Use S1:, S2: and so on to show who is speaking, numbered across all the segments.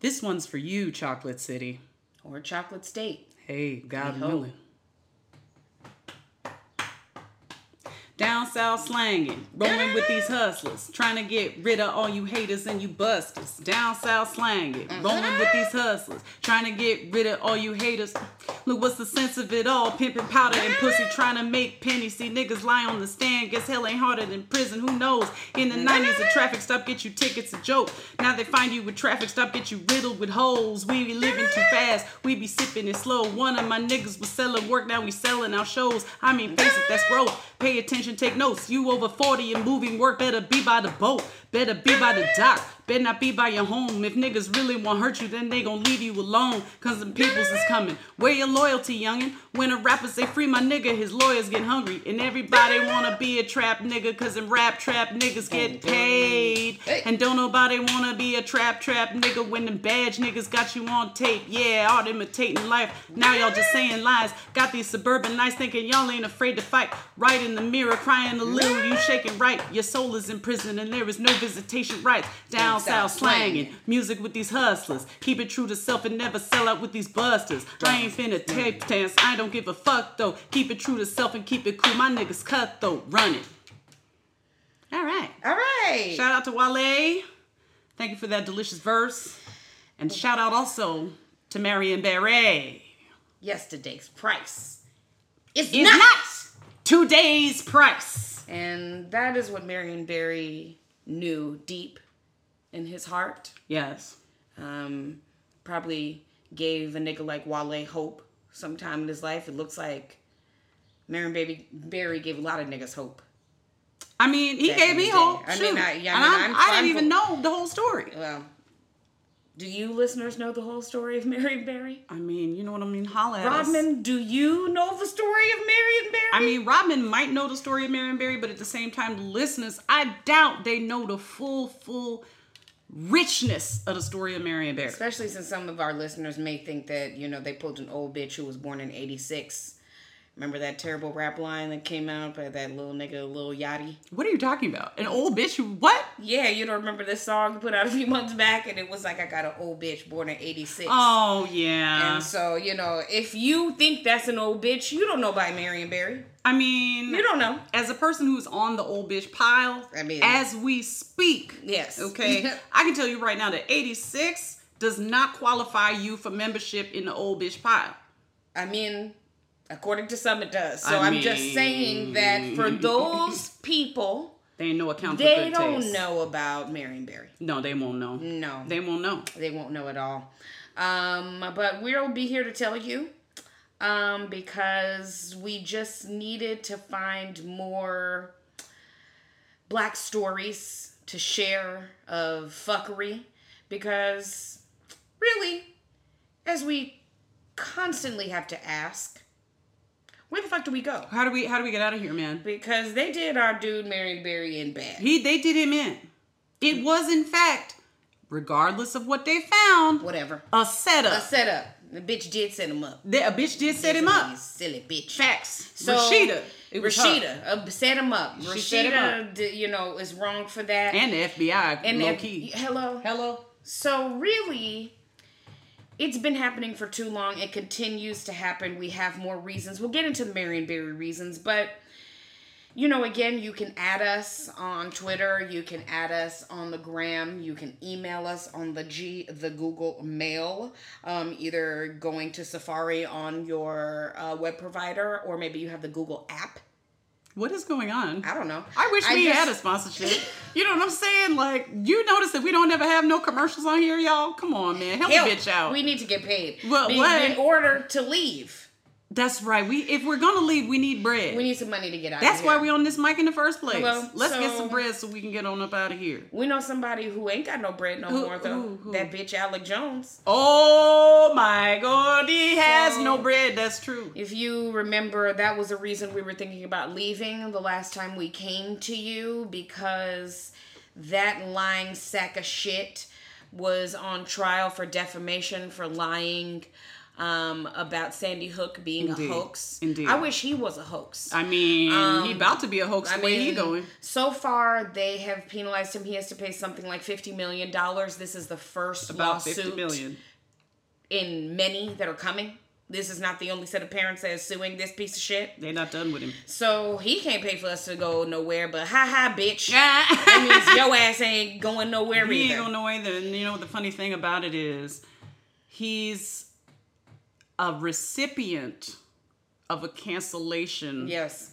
S1: This one's for you, Chocolate City.
S2: Or Chocolate State.
S1: Hey, God
S2: We hope.
S1: willing. Down south slanging, rolling with these hustlers, trying to get rid of all you haters and you busters. Down south slanging, rolling with these hustlers, trying to get rid of all you haters. Look, what's the sense of it all? Pimping powder and pussy, trying to make pennies. See niggas lie on the stand. Guess hell ain't harder than prison. Who knows? In the 90s, a traffic stop get you tickets, a joke. Now they find you with traffic stop, get you riddled with holes. We be living too fast, we be sipping it slow. One of my niggas was selling work, now we selling our shows. I mean, face it, that's growth. Pay attention, take notes. You over 40 and moving work, better be by the boat, better be by the dock. Better not be by your home. If niggas really want to hurt you, then they gon' leave you alone. Cause the peoples is coming. Where your loyalty, youngin'? When a rapper say free my nigga, his lawyers get hungry. And everybody wanna be a trap nigga, cause in rap trap niggas get paid. And don't nobody wanna be a trap trap nigga when them badge niggas got you on tape. Yeah, all imitating life. Now y'all just saying lies. Got these suburban nights thinking y'all ain't afraid to fight. Right in the mirror, crying a little, you shaking right. Your soul is in prison and there is no visitation rights. Down south slanging, music with these hustlers. Keep it true to self and never sell out with these busters. I ain't finna tape dance, I don't give a fuck though. Keep it true to self and keep it cool. My niggas cut though, run it. All right.
S2: All right.
S1: Shout out to Wale. Thank you for that delicious verse. And shout out also to Marion Barre.
S2: Yesterday's price. It's,
S1: It's
S2: not.
S1: not today's price.
S2: And that is what Marion Barry knew deep in his heart.
S1: Yes.
S2: Um, probably gave a nigga like Wale hope sometime in his life. It looks like Marion Baby Barry gave a lot of niggas hope.
S1: I mean, he
S2: Back
S1: gave
S2: in
S1: me
S2: the
S1: hope.
S2: day. I
S1: Shoot.
S2: mean, I- yeah, I
S1: and
S2: mean,
S1: I'm-
S2: I'm-
S1: I
S2: I'm
S1: didn't even
S2: for-
S1: know the whole story.
S2: Well, do you listeners know the whole story of Marion Barry?
S1: I mean, you know what I mean? Holla at us.
S2: Rodman, do you know the story of Marion Barry?
S1: I mean, Rodman might know the story of Marion Barry, but at the same time, the listeners, I doubt they know the full, full richness of the story of Marion Barry.
S2: Especially since some of our listeners may think that, you know, they pulled an old bitch who was born in 86. Remember that terrible rap line that came out by that little nigga, Lil Yachty?
S1: What are you talking about? An old bitch who, what?
S2: Yeah, you don't remember this song you put out a few months back, and it was like, I got an old bitch born in 86.
S1: Oh, yeah.
S2: And so, you know, if you think that's an old bitch, you don't know by Marion Barry.
S1: I mean,
S2: You don't know.
S1: as a person who's on the old bitch pile,
S2: I mean-
S1: as we speak,
S2: Yes.
S1: okay, I can tell you right now that 86 does not qualify you for membership in the old bitch pile.
S2: I mean, according to some, it does. So
S1: I
S2: I'm just saying that for those people,
S1: They ain't no account for
S2: they
S1: good
S2: don't Mm.
S1: taste.
S2: know about Marion Barry.
S1: No, they won't know.
S2: No.
S1: They won't know.
S2: they won't know at all. Um, but we'll be here to tell you um, because we just needed to find more black stories to share of fuckery because really, as we constantly have to ask, where the fuck do we go?
S1: How do we how do we get out of here, man?
S2: Because they did our dude Marion Barry in bad.
S1: He they did him in. It was in fact, regardless of what they found,
S2: Whatever.
S1: a setup.
S2: A setup. The bitch did set him up.
S1: That- a bitch did set him up.
S2: Silly bitch.
S1: Facts.
S2: So
S1: Rashida. It was her.
S2: Rashida uh, set him up. Rashida,
S1: set him
S2: d- you know, is wrong for that.
S1: And the FBI low
S2: if-
S1: key.
S2: hello.
S1: Hello.
S2: So really, it's been happening for too long. It continues to happen. We have more reasons. We'll get into Marion Barry reasons, but you know, again, you can add us on Twitter. You can add us on the gram. You can email us on the G, the Google Mail. Um, either going to Safari on your uh, web provider, or maybe you have the Google app.
S1: What is going on?
S2: I don't know.
S1: I wish we
S2: just-
S1: had a sponsorship. you know what I'm saying? Like, you notice that we don't ever have no commercials on here, y'all. Come on, man. Help,
S2: Help.
S1: the bitch out.
S2: We need to get paid.
S1: Well,
S2: Be-
S1: what?
S2: In order to leave,
S1: That's right. We if we're gonna leave, we need bread.
S2: we need some money to get out.
S1: That's
S2: of
S1: why
S2: here.
S1: we on this mic in the first place.
S2: Hello?
S1: Let's get some
S2: So-
S1: bread so we can get on up out of here.
S2: We know somebody who ain't got no bread no
S1: Who-
S2: more though.
S1: who- who?
S2: That bitch Alec Jones.
S1: Oh my god, he has
S2: So-
S1: no bread. That's true.
S2: If you remember, that was a reason we were thinking about leaving the last time we came to you because that lying sack of shit was on trial for defamation for lying um, about Sandy Hook being
S1: Indeed.
S2: a hoax.
S1: Indeed.
S2: I wish he was a hoax.
S1: I mean,
S2: Um,
S1: he about to be a hoax the way he going.
S2: so far they have penalized him. He has to pay something like fifty million dollars. This is the first
S1: About
S2: lawsuit
S1: fifty million.
S2: in many that are coming. This is not the only set of parents that is suing this piece of shit.
S1: They not done with him.
S2: So he can't pay for us to go nowhere. But ha ha, bitch. That means your ass ain't going nowhere
S1: he
S2: either.
S1: ain't gonna know either. And you know what the funny thing about it is, he's a recipient of a cancellation.
S2: yes.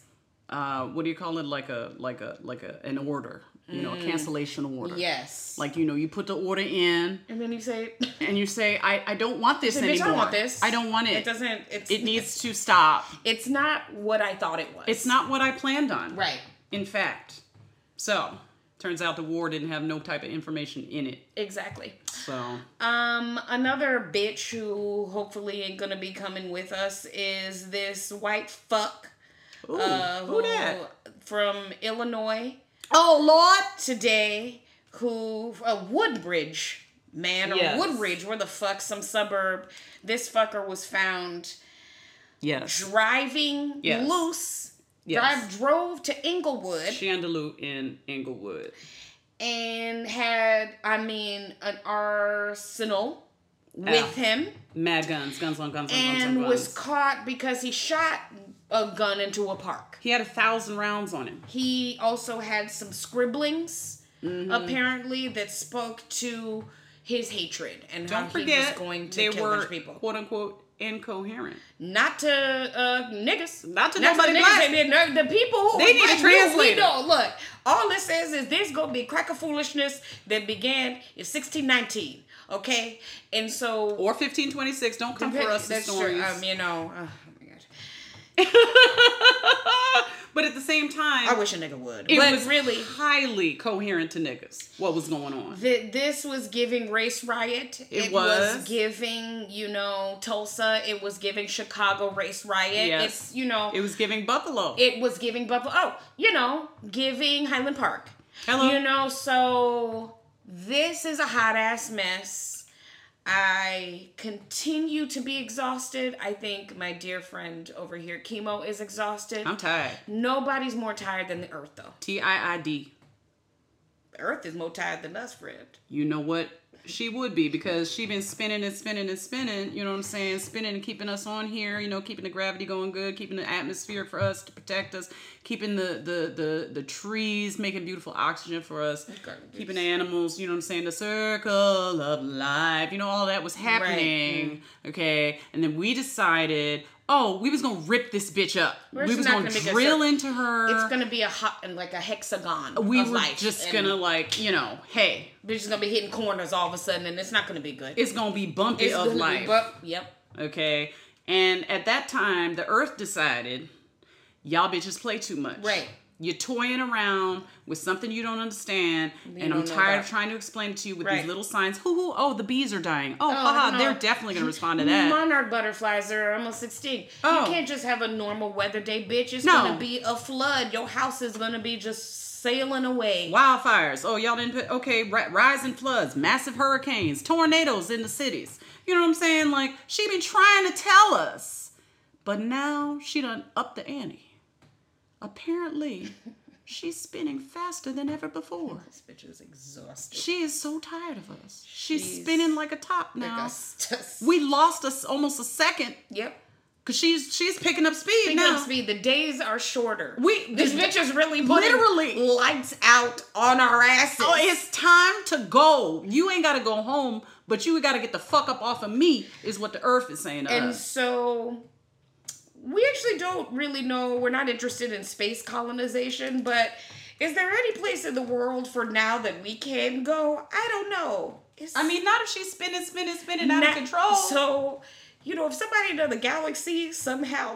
S1: Uh, what do you call it? Like a like a like a an order. You know, a cancellation order.
S2: Mm. Yes.
S1: Like you know, you put the order in
S2: and then you say,
S1: and you say, I, I don't want this
S2: "Bitch,
S1: anymore.
S2: I don't want this.
S1: I don't want it.
S2: It doesn't. It's
S1: it needs to stop.
S2: it's not what I thought it was.
S1: It's not what I planned on.
S2: right.
S1: In fact. So turns out the war didn't have no type of information in it.
S2: Exactly.
S1: So
S2: Um, another bitch who hopefully ain't gonna be coming with us is this white fuck.
S1: Ooh,
S2: uh,
S1: who that?
S2: From Illinois
S1: Oh Lord.
S2: today, who uh, Woodbridge man or
S1: Yes.
S2: Woodridge, where the fuck some suburb. This fucker was found
S1: Yes.
S2: driving
S1: Yes.
S2: loose.
S1: Yes.
S2: Drive drove to Inglewood
S1: Chandelou in Englewood.
S2: and had, I mean, an arsenal with
S1: Yeah.
S2: him.
S1: Mad guns, guns on guns on guns on
S2: and
S1: guns.
S2: was caught because he shot a gun into a park.
S1: he had a thousand rounds on him.
S2: He also had some scribblings,
S1: Mm-hmm.
S2: apparently, that spoke to his hatred and how
S1: Don't forget
S2: he was going to
S1: they
S2: kill a
S1: were
S2: bunch of people.
S1: quote unquote incoherent.
S2: Not to uh, niggas.
S1: Not to
S2: the
S1: nobody black.
S2: niggas. and then The, the people who
S1: They
S2: was
S1: need a
S2: black,
S1: translator.
S2: We, we know. Look, all this says is this gonna be cracker foolishness that began in 1619. Okay, and so
S1: Or fifteen twenty six. Don't come for us
S2: that's
S1: with stories.
S2: true. Um, you know, oh my god.
S1: but at the same time,
S2: I wish a nigga would.
S1: it
S2: but
S1: was
S2: really,
S1: highly coherent to niggas what was going on.
S2: th- this was giving race riot. It,
S1: was.
S2: giving, you know, Tulsa. It was giving Chicago race riot.
S1: Yes.
S2: It's, you know,
S1: It was giving Buffalo.
S2: it was giving Buffalo. Oh, you know, giving Highland Park.
S1: Hello.
S2: You know, so this is a hot ass mess. I continue to be exhausted. I think my dear friend over here, Chemo, is exhausted.
S1: I'm tired.
S2: Nobody's more tired than the earth, though.
S1: T I I D.
S2: The earth is more tired than us, Fred.
S1: You know what? She would be because she been spinning and spinning and spinning. You know what I'm saying? Spinning and keeping us on here. You know, keeping the gravity going good, keeping the atmosphere for us to protect us, keeping the the the the trees making beautiful oxygen for us,
S2: Garbage.
S1: keeping the animals. You know what I'm saying? The circle of life. You know all that was happening.
S2: Mm.
S1: Okay, and then we decided, oh, we was gonna rip this bitch up.
S2: We're
S1: we
S2: just
S1: was
S2: not
S1: gonna,
S2: gonna make a
S1: drill
S2: circle.
S1: into her.
S2: It's gonna be a hot and like a hexagon.
S1: Uh, we
S2: of
S1: were
S2: life,
S1: just
S2: and
S1: gonna like you know, hey,
S2: Bitch is gonna be hitting corners all of a sudden, and it's not gonna be good.
S1: it's gonna be bumpy
S2: It's
S1: of
S2: gonna
S1: life.
S2: be bu- yep.
S1: Okay. And at that time, the earth decided, y'all bitches play too much.
S2: Right.
S1: You're toying around with something you don't understand, and I'm
S2: don't know
S1: tired
S2: about.
S1: of trying to explain it to you with
S2: Right.
S1: these little signs. Hoo hoo! Oh, the bees are dying. Oh,
S2: I
S1: haha,
S2: don't know.
S1: they're definitely gonna respond to that.
S2: Monarch butterflies are almost extinct.
S1: Oh.
S2: You can't just have a normal weather day, bitch. It's
S1: No.
S2: gonna be a flood. Your house is gonna be just sailing away.
S1: Wildfires. Oh, y'all didn't put okay. Ri- rising floods, massive hurricanes, tornadoes in the cities. You know what I'm saying? Like she been trying to tell us, but now she done up the ante. Apparently, she's spinning faster than ever before.
S2: This bitch is exhausted.
S1: She is so tired of us. She's,
S2: She's
S1: spinning like a top now.
S2: Disgusted.
S1: we lost us almost a second
S2: yep.
S1: because she's she's picking up speed
S2: Picking
S1: now.
S2: up speed. The days are shorter.
S1: We-
S2: this
S1: the-
S2: bitch is really putting
S1: literally.
S2: lights out on our asses.
S1: Oh, it's time to go. You ain't gotta go home, but you gotta get the fuck up off of me. Is what the earth is saying to
S2: And
S1: us.
S2: so we actually don't really know. We're not interested in space colonization, but is there any place in the world for now that we can go? I don't know. It's
S1: I mean, not if she's spinning, spinning, spinning out
S2: not-
S1: of control.
S2: So, you know, if somebody in another galaxy somehow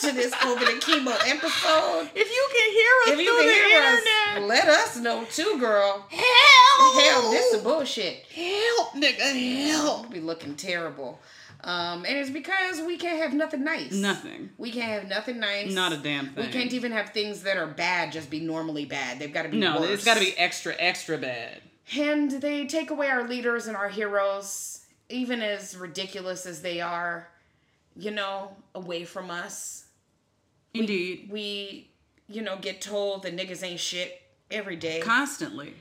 S2: to this COVID and chemo episode,
S1: if you can hear us
S2: if you
S1: through
S2: can
S1: the
S2: hear
S1: internet,
S2: us, let us know too, girl.
S1: help,
S2: Hell, this is bullshit.
S1: help, nigga, help.
S2: We'll be looking terrible. Um, and it's because we can't have nothing nice.
S1: Nothing.
S2: We can't have nothing nice.
S1: Not a damn thing.
S2: We can't even have things that are bad just be normally bad. They've got to be
S1: No,
S2: worse.
S1: it's got to be extra, extra bad.
S2: And they take away our leaders and our heroes, even as ridiculous as they are, you know, away from us,
S1: Indeed.
S2: we, you know, get told that niggas ain't shit every day.
S1: Constantly.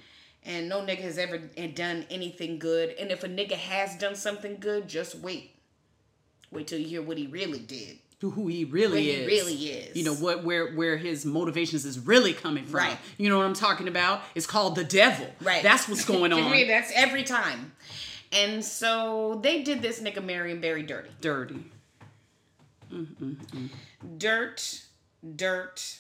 S2: and no nigga has ever done anything good. And if a nigga has done something good, just wait. Wait till you hear what he really did.
S1: To who he really is.
S2: Where he really is.
S1: You know what where where his motivations is really coming from.
S2: Right.
S1: You know what I'm talking about? It's called the devil.
S2: Right.
S1: That's what's going
S2: I mean,
S1: on.
S2: that's every time. And so they did this nigga Marion Barry dirty.
S1: Dirty.
S2: Dirt, dirt,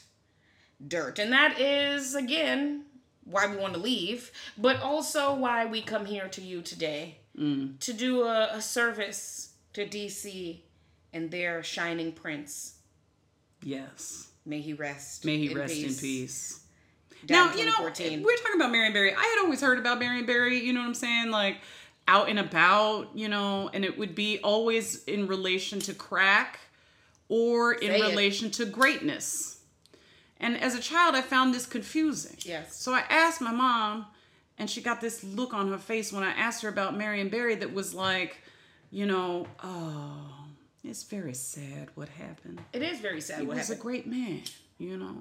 S2: dirt. And that is, again, why we want to leave, but also why we come here to you today
S1: Mm.
S2: to do a, a service to DC and their shining prince.
S1: Yes.
S2: May he rest.
S1: May he rest in peace.
S2: Down
S1: now you know
S2: 2014.
S1: we're talking about Marion Barry. I had always heard about Marion Barry. You know what I'm saying? Like out and about. You know, and it would be always in relation to crack or in
S2: Say it.
S1: relation to greatness. And as a child, I found this confusing.
S2: Yes.
S1: So I asked my mom, and she got this look on her face when I asked her about Marion Barry that was like, you know, oh, it's very sad what happened
S2: it is very sad what
S1: was a
S2: happened.
S1: great man, you know.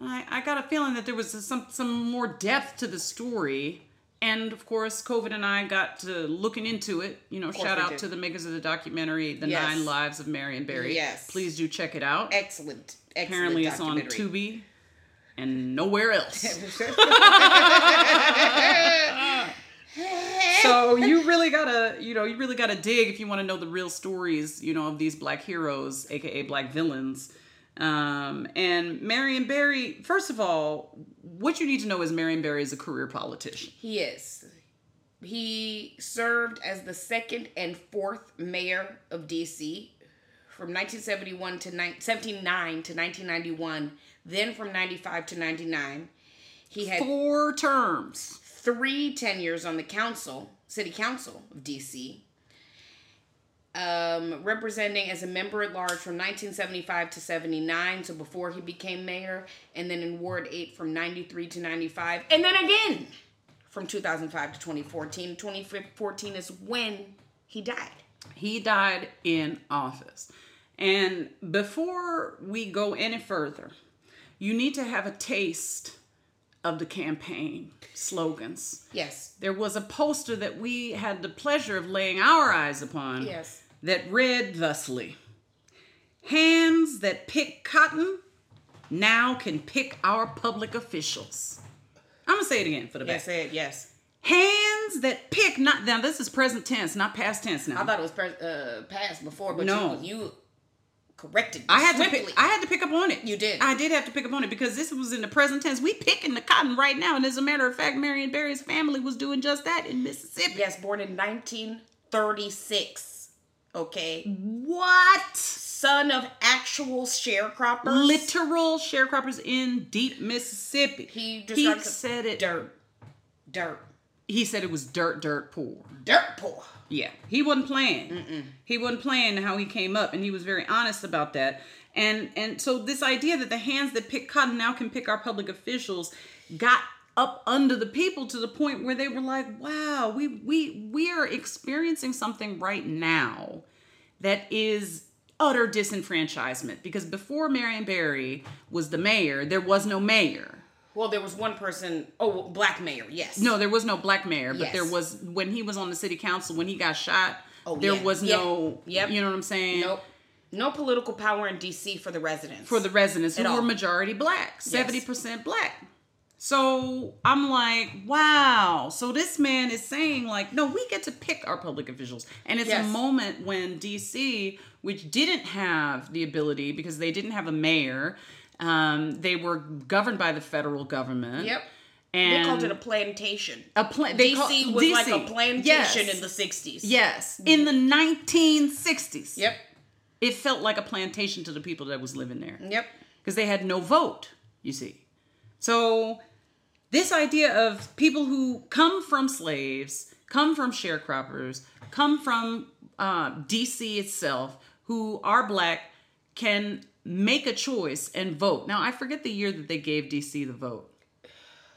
S1: And I, I got a feeling that there was some some more depth to the story. And of course, COVID and I got to looking into it. You know,
S2: course
S1: shout
S2: we
S1: out
S2: did.
S1: to the makers of the documentary, The
S2: Yes.
S1: Nine Lives of Marion Barry.
S2: Yes.
S1: Please do check it out.
S2: excellent. excellent
S1: Apparently, it's on
S2: documentary.
S1: Tubi and nowhere else. so you really gotta you know you really gotta dig if you want to know the real stories you know of these black heroes aka black villains um, and marion barry first of all what you need to know is marion barry is a career politician
S2: He is. He served as the second and fourth mayor of D.C. from 1971 to ni- 79 to 1991, then from 95 to 99. He had
S1: four terms
S2: three tenures on the council, city council of DC, um, representing as a member at large from 1975 to 79, so before he became mayor, and then in Ward 8 from 93 to 95, and then again from 2005 to 2014. 2014 is when he died.
S1: he died in office and before we go any further you need to have a taste of the campaign slogans
S2: Yes.
S1: there was a poster that we had the pleasure of laying our eyes upon
S2: Yes.
S1: that read thusly Hands that pick cotton now can pick our public officials. I'm gonna say it again for the best.
S2: it. Yes.
S1: Hands that pick not now this is present tense, not past tense now.
S2: I thought it was pres uh, passed before, but
S1: No.
S2: you, you corrected me
S1: I had to
S2: swiftly.
S1: pick, I had to pick up on it.
S2: You did.
S1: I did have to pick up on it because this was in the present tense. We picking the cotton right now, and as a matter of fact, Marion Barry's family was doing just that in Mississippi.
S2: Yes, born in 1936. Okay.
S1: What?
S2: Son of actual sharecroppers.
S1: literal sharecroppers in deep Mississippi.
S2: He
S1: he
S2: described the-
S1: said it.
S2: dirt. Dirt.
S1: He said it was dirt, dirt poor.
S2: Dirt poor.
S1: Yeah, he wasn't playing. He wasn't playing how he came up, and he was very honest about that. And and so this idea that the hands that pick cotton now can pick our public officials got up under the people to the point where they were like, "Wow, we we we are experiencing something right now that is." Utter disenfranchisement because before Marion Barry was the mayor, there was no mayor.
S2: Well, there was one person. Oh, black mayor. Yes.
S1: No, there was no black mayor, but
S2: Yes.
S1: there was when he was on the city council when he got shot.
S2: Oh,
S1: there
S2: yeah.
S1: was
S2: Yeah.
S1: no.
S2: Yep.
S1: You know what I'm saying?
S2: Nope. No political power in D.C. for the residents.
S1: For the residents who
S2: At all.
S1: were majority black, seventy percent black. So I'm like, wow. So this man is saying like, no, we get to pick our public officials, and it's
S2: Yes.
S1: a moment when DC, which didn't have the ability because they didn't have a mayor, um, they were governed by the federal government.
S2: Yep.
S1: And
S2: They called it a plantation.
S1: a plan. They
S2: D.C.
S1: call-
S2: was like a
S1: DC.
S2: plantation
S1: Yes.
S2: in the 60s.
S1: Yes, in the 1960s.
S2: Yep.
S1: It felt like a plantation to the people that was living there
S2: Yep.
S1: because they had no vote, you see. So, this idea of people who come from slaves, come from sharecroppers, come from uh, DC itself, who are black, can make a choice and vote. Now, I forget the year that they gave DC the vote.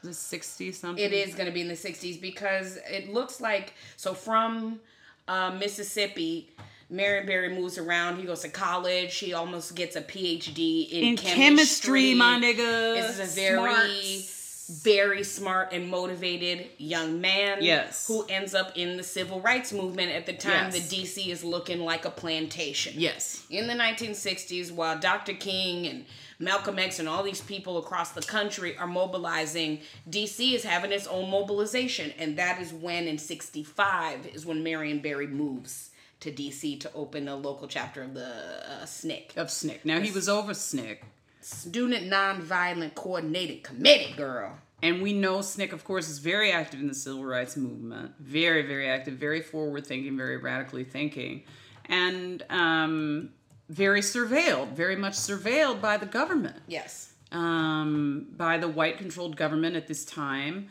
S1: The 60 something?
S2: It is going to be in the 60s because it looks like so from uh, Mississippi. Marion Barry moves around. He goes to college. She almost gets a PhD in,
S1: in chemistry, my nigga.
S2: This is a very,
S1: Smarts.
S2: very smart and motivated young man.
S1: Yes.
S2: Who ends up in the civil rights movement at the time
S1: Yes.
S2: the DC is looking like a plantation.
S1: yes.
S2: In the 1960s, while Dr. King and Malcolm X and all these people across the country are mobilizing, DC is having its own mobilization. And that is when, in 65, is when Marion Barry moves to DC to open a local chapter of the uh, SNCC.
S1: Of SNCC. Now he was over SNCC.
S2: Student Nonviolent Coordinated Committee, girl.
S1: And we know SNCC, of course, is very active in the civil rights movement. Very, very active, very forward thinking, very radically thinking. And um, very surveilled, very much surveilled by the government,
S2: Yes.
S1: um, by the white controlled government at this time,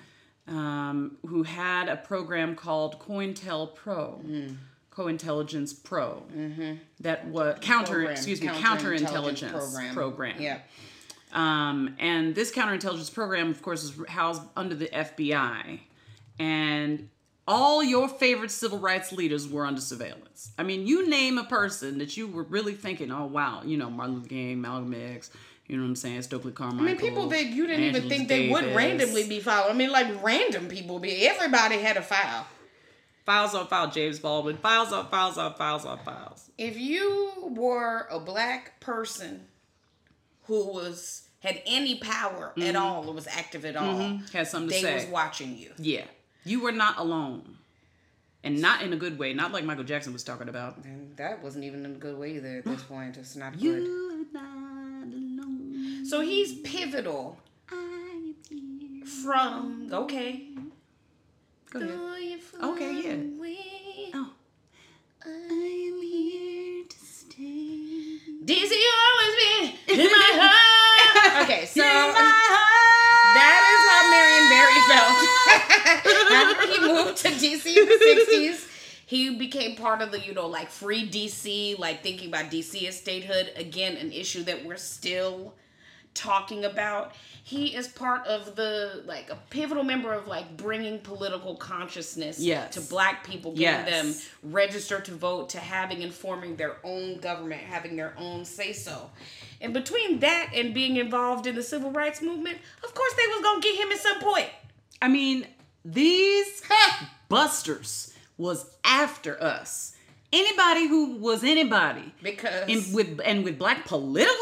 S1: um, who had a program called COINTELPRO, Hmm. Cointelligence Pro, that was Mm-hmm. counter,
S2: Program,
S1: excuse me,
S2: counterintelligence
S1: counterintelligence program.
S2: Yeah.
S1: Um, and this counterintelligence program, of course, is housed under the FBI. And all your favorite civil rights leaders were under surveillance. I mean, you name a person that you were really thinking, oh, wow, you know, Martin Luther King, Malcolm X, you know what I'm saying, Stokely Carmichael.
S2: I mean, people that you didn't even
S1: Angela
S2: think they would
S1: Davis.
S2: randomly be followed. I mean, like random people be. Everybody had a file.
S1: Files on file, James Baldwin. Files on files on files on files.
S2: If you were a black person who was had any power at all, or was active at all,
S1: Had something to
S2: they
S1: say.
S2: was watching you.
S1: yeah. You were not alone. And not in a good way, not like Michael Jackson was talking about.
S2: And that wasn't even in a good way either at this point. It's not good.
S1: You're not alone.
S2: So he's pivotal from okay.
S1: Go ahead.
S2: Okay,
S1: yeah. Oh. I'm here to stay.
S2: DC always be in my heart. Okay, so that is how Marion Barry felt. After he moved to DC in the 60s, he became part of the, you know, like free DC, like thinking about DC as statehood. Again, an issue that we're still talking about. He is part of the, like, a pivotal member of, like, bringing political consciousness
S1: Yes.
S2: to black people, getting
S1: Yes.
S2: them register to vote to having and forming their own government, having their own say so. And between that and being involved in the civil rights movement, of course they was gonna get him at some point.
S1: I mean, these busters was after us. Anybody who was anybody
S2: because
S1: in, with and with black political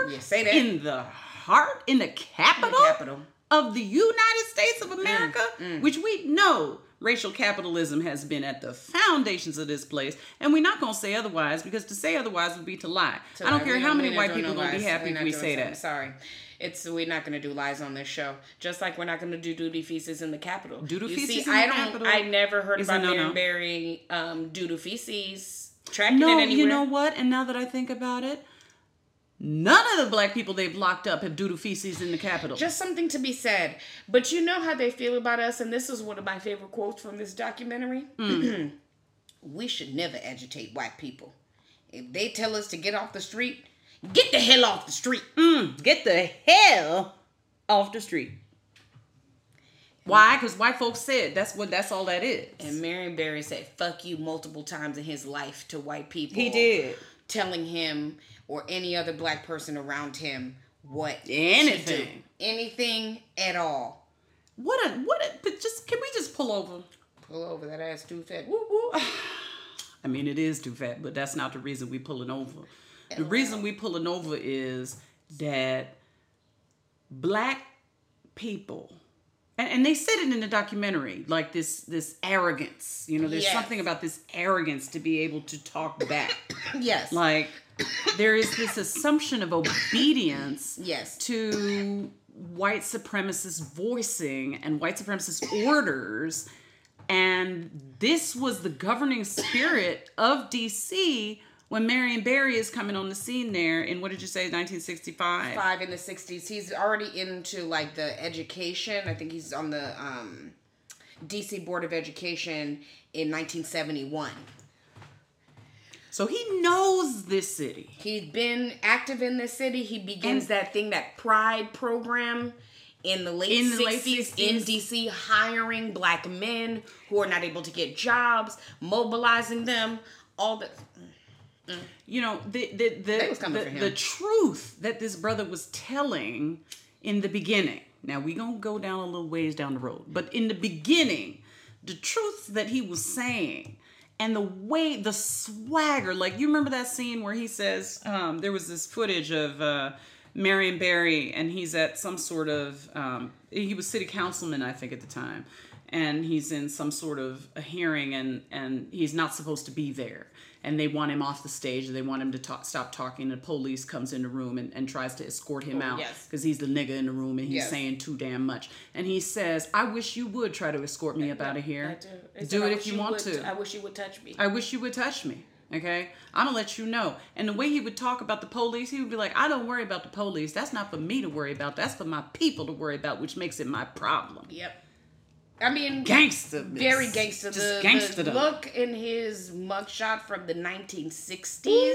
S1: power
S2: Yeah, say that.
S1: in the heart, in the capital,
S2: capital.
S1: of the United States of America, which we know racial capitalism has been at the foundations of this place, and we're not gonna say otherwise because to say otherwise would be to lie. I don't
S2: We
S1: care how
S2: we
S1: many
S2: not
S1: white
S2: doing
S1: people
S2: no
S1: gonna be
S2: lies.
S1: happy
S2: We're
S1: if
S2: not
S1: we
S2: doing
S1: say
S2: so-
S1: that.
S2: I'm sorry. It's we're not gonna do lies on this show. Just like we're not gonna do duty feces in the Capitol.
S1: Duty
S2: you
S1: feces
S2: see,
S1: in the
S2: I don't
S1: Capitol
S2: I never heard
S1: is a
S2: about
S1: no-no.
S2: Marion Barry um duty feces tracking
S1: No,
S2: it anywhere.
S1: you know what? And now that I think about it, none of the black people they've locked up have due to feces in the Capitol.
S2: just something to be said. But you know how they feel about us, and this is one of my favorite quotes from this documentary.
S1: Mm.
S2: we should never agitate white people. If they tell us to get off the street, get the hell off the street.
S1: Mm, get the hell off the street. Why? Because white folks said that's what that's all that is.
S2: And Marion Barry said "fuck you" multiple times in his life to white people.
S1: he did.
S2: telling him or any other black person around him what to do,
S1: Anything.
S2: anything at all.
S1: What a what a but just can we just pull over?
S2: Pull over that ass too fat. Woo woo.
S1: I mean, it is too fat, but that's not the reason we pulling over. The reason we pulling over is that black people, and, and they said it in the documentary, like this this arrogance. You know, there's
S2: Yes.
S1: something about this arrogance to be able to talk back.
S2: Yes.
S1: like there is this assumption of obedience
S2: yes.
S1: to white supremacist voicing and white supremacist orders. And this was the governing spirit of DC when Marion Barry is coming on the scene there in what did you say, 1965?
S2: five in the 60s he's already into like the education i think he's on the um dc board of education in 1971
S1: So he knows this city.
S2: he's been active in the city he begins that thing that pride program in the late
S1: In the late
S2: 60s, in
S1: 60s.
S2: DC hiring black men who are not able to get jobs, mobilizing them, all that.
S1: you know the the the,
S2: was coming
S1: the,
S2: for him.
S1: the truth that this brother was telling in the beginning now we gonna go down a little ways down the road but in the beginning the truth that he was saying and the way the swagger like you remember that scene where he says um, there was this footage of uh, marion barry and he's at some sort of um, he was city councilman i think at the time and he's in some sort of a hearing and and he's not supposed to be there and they want him off the stage and they want him to talk, stop talking and the police comes in the room and, and tries to escort him out
S2: yes.
S1: because he's the nigga in the room and he's
S2: Yes.
S1: saying too damn much and he says i wish you would try to escort me up out of here do it if you want to
S2: I wish you would touch me.
S1: I wish you would touch me. Okay, I'm gonna let you know. And the way he would talk about the police, he would be like, I don't worry about the police. That's not for me to worry about. That's for my people to worry about, which makes it my problem.
S2: Yep. I mean,
S1: Gangster. miss.
S2: very gangster.
S1: Just
S2: the,
S1: gangster.
S2: the
S1: Look.
S2: look in his mugshot from the 1960s.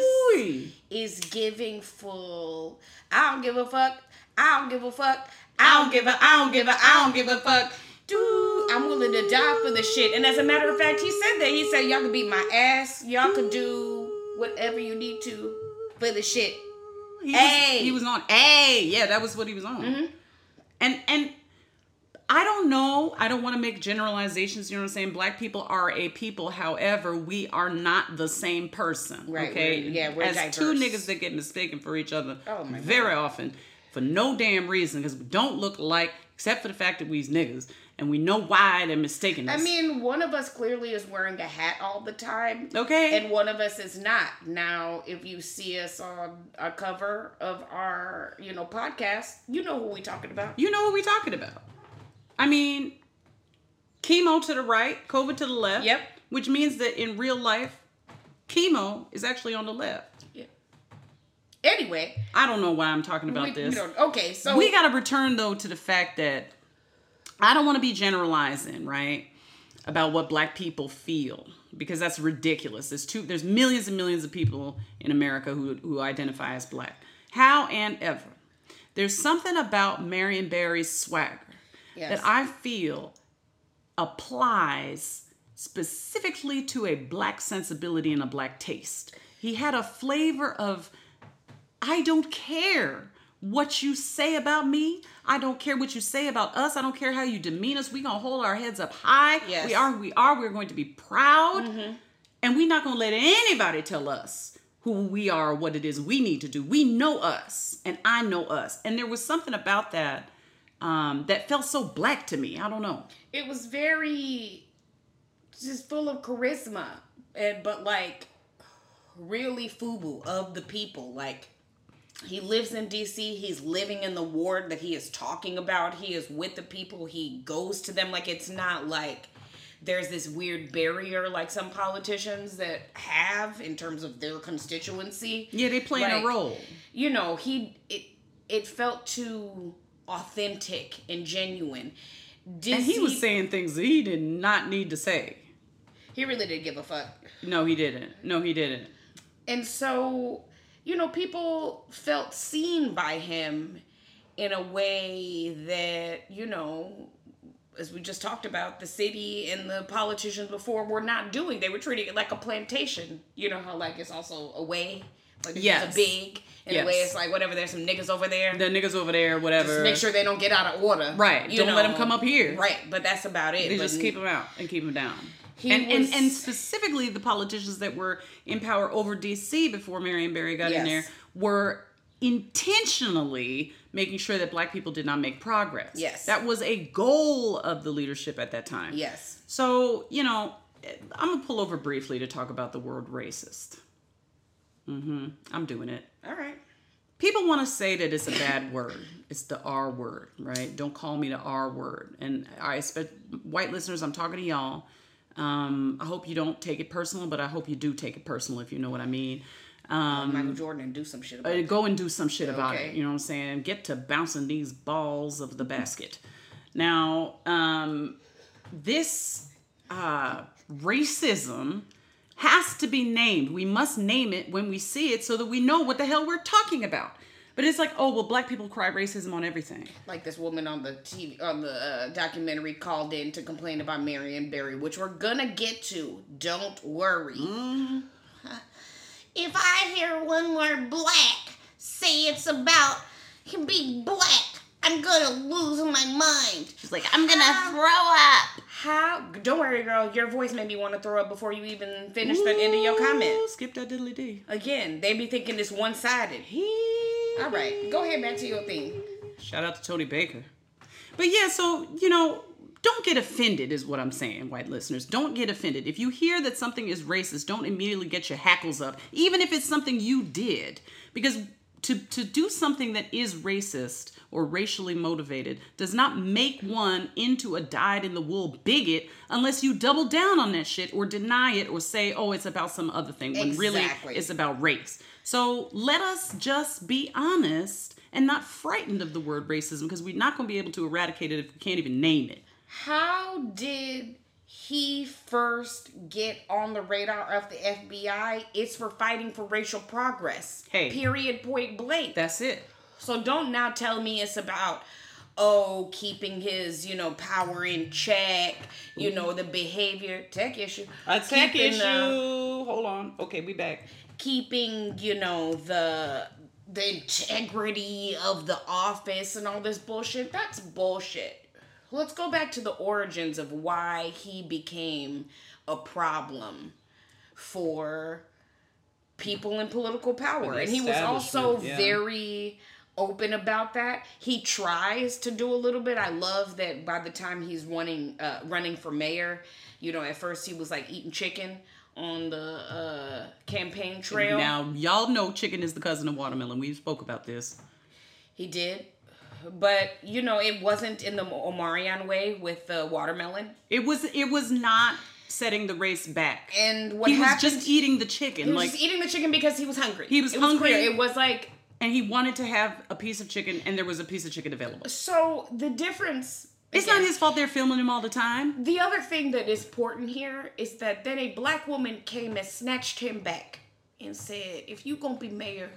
S2: is giving full. I don't give a fuck. I don't give a fuck. I don't give a. I don't give a. I don't give a fuck. Dude, I'm willing to die for the shit. And as a matter of fact, he said that. He said y'all could beat my ass. Y'all could do whatever you need to for the shit.
S1: He
S2: Ay.
S1: was, he was on. Hey, yeah, that was what he was on.
S2: Mm-hmm.
S1: And and I don't know. I don't want to make generalizations. You know what I'm saying? Black people are a people. However, we are not the same person.
S2: Right,
S1: Okay.
S2: we're- yeah, we're
S1: as two
S2: diverse.
S1: niggas that get mistaken for each other
S2: Oh, my
S1: very often for no damn reason because we don't look alike except for the fact that we's niggas and we know why they're mistaken
S2: I
S1: us.
S2: mean, one of us clearly is wearing a hat all the time.
S1: okay.
S2: And one of us is not. Now, if you see us on a cover of our, you know, podcast, you know who we talking about.
S1: you know what we talking about. I mean, chemo to the right, COVID to the left.
S2: Yep.
S1: Which means that in real life, chemo is actually on the left.
S2: Yeah. Anyway,
S1: I don't know why I'm talking about
S2: we, we
S1: this.
S2: don't- okay, so
S1: we got to return though to the fact that I don't want to be generalizing, right, about what black people feel because that's ridiculous. There's two there's millions and millions of people in America who who identify as black. How and ever. There's something about Marion Barry's swagger
S2: Yes.
S1: that I feel applies specifically to a black sensibility and a black taste. He had a flavor of I don't care what you say about me. I don't care what you say about us. I don't care how you demean us. We're going to hold our heads up high.
S2: Yes. Mm-hmm.
S1: We are who we are. We're going to be proud. And we're not going to let anybody tell us who we are or what it is we need to do. We know us, and I know us. And there was something about that um, that felt so black to me. I don't know.
S2: it was very just full of charisma and but like really fubu of the people like he lives in DC. He's living in the ward that he is talking about. He is with the people. He goes to them. Like, it's not like there's this weird barrier like some politicians that have in terms of their constituency.
S1: Yeah, they playing
S2: Like,
S1: a role.
S2: you know he it it felt too authentic and genuine Did
S1: And he was saying things that he did not need to say.
S2: he really did give a fuck
S1: No, he didn't. No, he didn't.
S2: and so you know people felt seen by him in a way that you know as we just talked about the city and the politicians before were not doing they were treating it like a plantation you know how like it's also a way like it's
S1: Yes.
S2: a big in a way
S1: Yes.
S2: it's like whatever there's some niggas over there
S1: The niggas over there, whatever.
S2: Just make sure they don't get out of order.
S1: Right. Don't let 'em come up here.
S2: Right. But that's about it.
S1: They
S2: But
S1: just keep him out and keep him down.
S2: He
S1: and,
S2: was-
S1: and and specifically the politicians that were in power over DC before Marion Barry got in
S2: Yes.
S1: there were intentionally making sure that black people did not make progress.
S2: Yes.
S1: That was a goal of the leadership at that time.
S2: Yes.
S1: So, you know, I'm gonna pull over briefly to talk about the word racist. Mm-hmm. I'm doing it.
S2: All right.
S1: People want to say that it's a bad word. It's the R word, right? Don't call me the R word. And I expect white listeners, I'm talking to y'all. Um, I hope you don't take it personal, but I hope you do take it personal if you know what I mean. Um,
S2: Michael Jordan and do some shit about
S1: uh,
S2: it.
S1: go and do some shit about
S2: Okay.
S1: it. You know what I'm saying? Get to bouncing these balls of the basket. Now, um, this uh, racism has to be named. We must name it when we see it so that we know what the hell we're talking about. But it's like, oh well, black people cry racism on everything.
S2: Like this woman on the TV on the uh, documentary called in to complain about Marion Barry, which we're gonna get to. Don't worry.
S3: If I hear one more black say it's about him being black, I'm gonna lose my mind. She's like, I'm gonna throw up.
S2: How? Don't worry, girl. Your voice made me want to throw up before you even finish that end of your comment.
S1: Ooh, Skip that diddly d.
S2: Again, they be thinking it's one sided. All right, go ahead back to your thing.
S1: Shout out to Tony Baker. But yeah, so, you know, don't get offended, is what I'm saying, white listeners. Don't get offended. If you hear that something is racist, don't immediately get your hackles up, even if it's something you did. Because to, to do something that is racist or racially motivated does not make one into a dyed in the wool bigot unless you double down on that shit or deny it or say, oh, it's about some other thing when
S2: Exactly.
S1: really it's about race. So let us just be honest and not frightened of the word racism because we're not going to be able to eradicate it if we can't even name it.
S2: How did he first get on the radar of the FBI? It's for fighting for racial progress.
S1: Hey.
S2: Period, point blank.
S1: That's it.
S2: So don't now tell me it's about oh keeping his you know power in check you know the behavior tech issue Keeping the-
S1: Hold on. Okay, we back.
S2: keeping you know the the integrity of the office and all this bullshit that's bullshit let's go back to the origins of why he became a problem for people in political power and he was also
S1: establishment, yeah.
S2: very open about that he tries to do a little bit i love that by the time he's running uh, running for mayor you know at first he was like eating chicken on the uh, campaign trail
S1: Now, y'all know chicken is the cousin of watermelon. We spoke about this.
S2: He did. But, you know, it wasn't in the Omarion way with the watermelon.
S1: It was it was not setting the race back.
S2: And what
S1: he
S2: happened?
S1: was just eating the chicken,
S2: he was
S1: like,
S2: just e- eating the chicken because he was hungry.
S1: He was
S2: it
S1: hungry.
S2: clear. It was like,
S1: and he wanted to have a piece of chicken, and there was a piece of chicken available.
S2: so the difference.
S1: It's not his fault they're filming him all the time.
S2: The other thing that is important here is that then a black woman came and snatched him back and said, if you going to be mayor,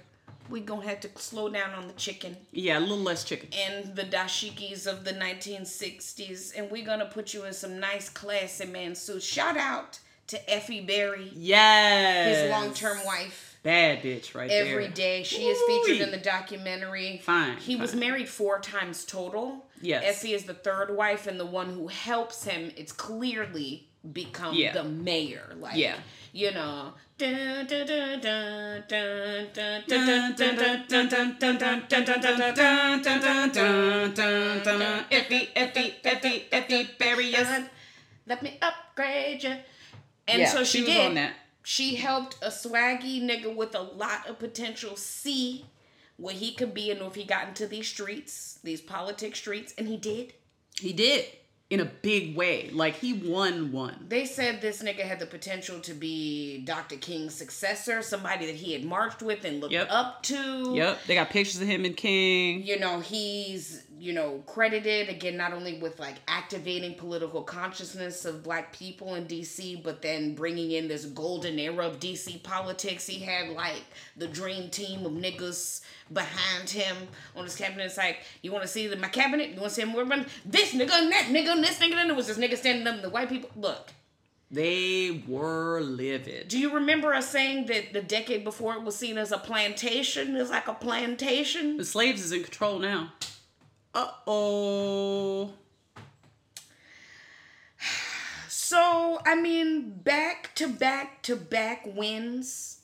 S2: we going to have to slow down on the chicken
S1: Yeah, a little less chicken.
S2: and the dashikis of the 1960s, and we're going to put you in some nice, classy man suits. Shout out to Effie Berry.
S1: Yes.
S2: his long-term wife
S1: Bad bitch right there.
S2: every day. She is featured in the documentary.
S1: Fine,
S2: He was
S1: fine. married.
S2: married four times total.
S1: Yes.
S2: Effie is the third wife and the one who helps him. It's clearly become
S1: Yeah.
S2: the mayor. Like,
S1: Yeah.
S2: you know. dun, dun, dun, dun, dun, dun, dun, dun, dun, dun, dun, dun, dun, dun, dun, dun, dun.
S1: Effie, Effie, Effie, Effie, Barry, yes.
S2: Let me upgrade you. And
S1: Yeah,
S2: so she,
S1: she was
S2: did.
S1: on that.
S2: She helped a swaggy nigga with a lot of potential see what he could be and if he got into these streets, these politic streets, and he did.
S1: He did in a big way. Like he won one.
S2: They said this nigga had the potential to be Dr. King's successor, somebody that he had marched with and looked
S1: Yep.
S2: up to.
S1: Yep, they got pictures of him and King.
S2: you know he's you know credited again not only with like activating political consciousness of black people in dc but then bringing in this golden era of dc politics he had like the dream team of niggas behind him on his cabinet it's like you want to see the, my cabinet you want to see him run this nigga and that nigga and this nigga and it was this nigga standing up and the white people look
S1: They were livid.
S2: do you remember us saying that the decade before it was seen as a plantation it was like a plantation
S1: The slaves is in control now. Uh oh.
S2: So, I mean, back to back to back wins.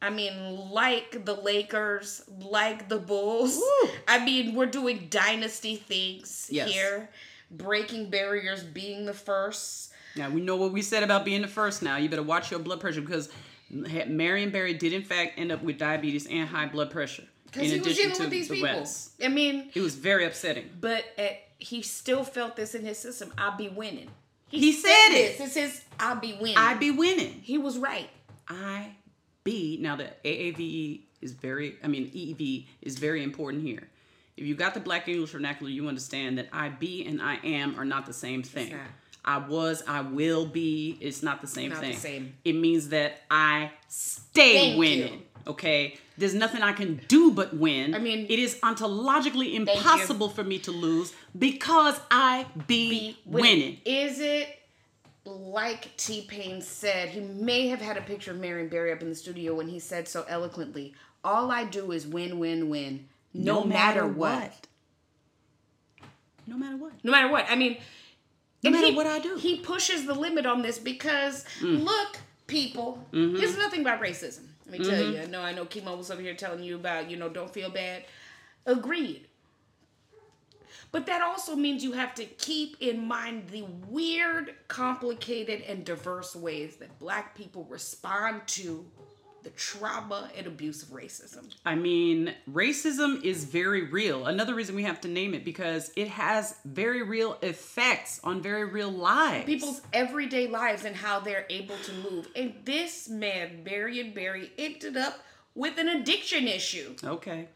S2: I mean, like the Lakers, like the Bulls.
S1: Woo.
S2: I mean, we're doing dynasty things
S1: Yes.
S2: here, breaking barriers, being the first.
S1: Now we know what we said about being the first. Now you better watch your blood pressure because ha- Marion Barry did in fact end up with diabetes and high blood pressure.
S2: Because he was dealing with these
S1: the
S2: people.
S1: rest.
S2: I mean,
S1: It was very upsetting.
S2: but at, he still felt this in his system. I'll be winning.
S1: He said it.
S2: This is I'll be winning.
S1: I be winning.
S2: he was right.
S1: I be E now the AAVE E is very I mean EEV is very important here. If you got the Black English vernacular, you understand that I be and I am are not the same thing.
S2: not.
S1: I was, I will be. It's not the same
S2: Not the
S1: thing.
S2: same.
S1: It means that I stay
S2: Thank you.
S1: winning. Okay. There's nothing I can do but win.
S2: I mean-
S1: it is ontologically impossible for me to lose because I be, winning.
S2: Is it like T Pain said? He may have had a picture of Marion Barry up in the studio when he said so eloquently, All I do is win, win, win, no, matter, what.
S1: No matter what.
S2: No matter what. I mean,
S1: No
S2: and
S1: matter
S2: he-
S1: what I do. Mm.
S2: He pushes the limit on this because, look, people,
S1: Mm-hmm.
S2: it's nothing about racism. Let me tell you. I know, I know Kimo was over here telling you about, you know, don't feel bad. Agreed. But that also means you have to keep in mind the weird, complicated, and diverse ways that black people respond to the trauma and abuse of racism.
S1: I mean, racism is very real. Another reason we have to name it because it has very real effects on very real lives.
S2: people's everyday lives and how they're able to move. And this man, Barry and Barry, ended up with an addiction issue.
S1: Okay.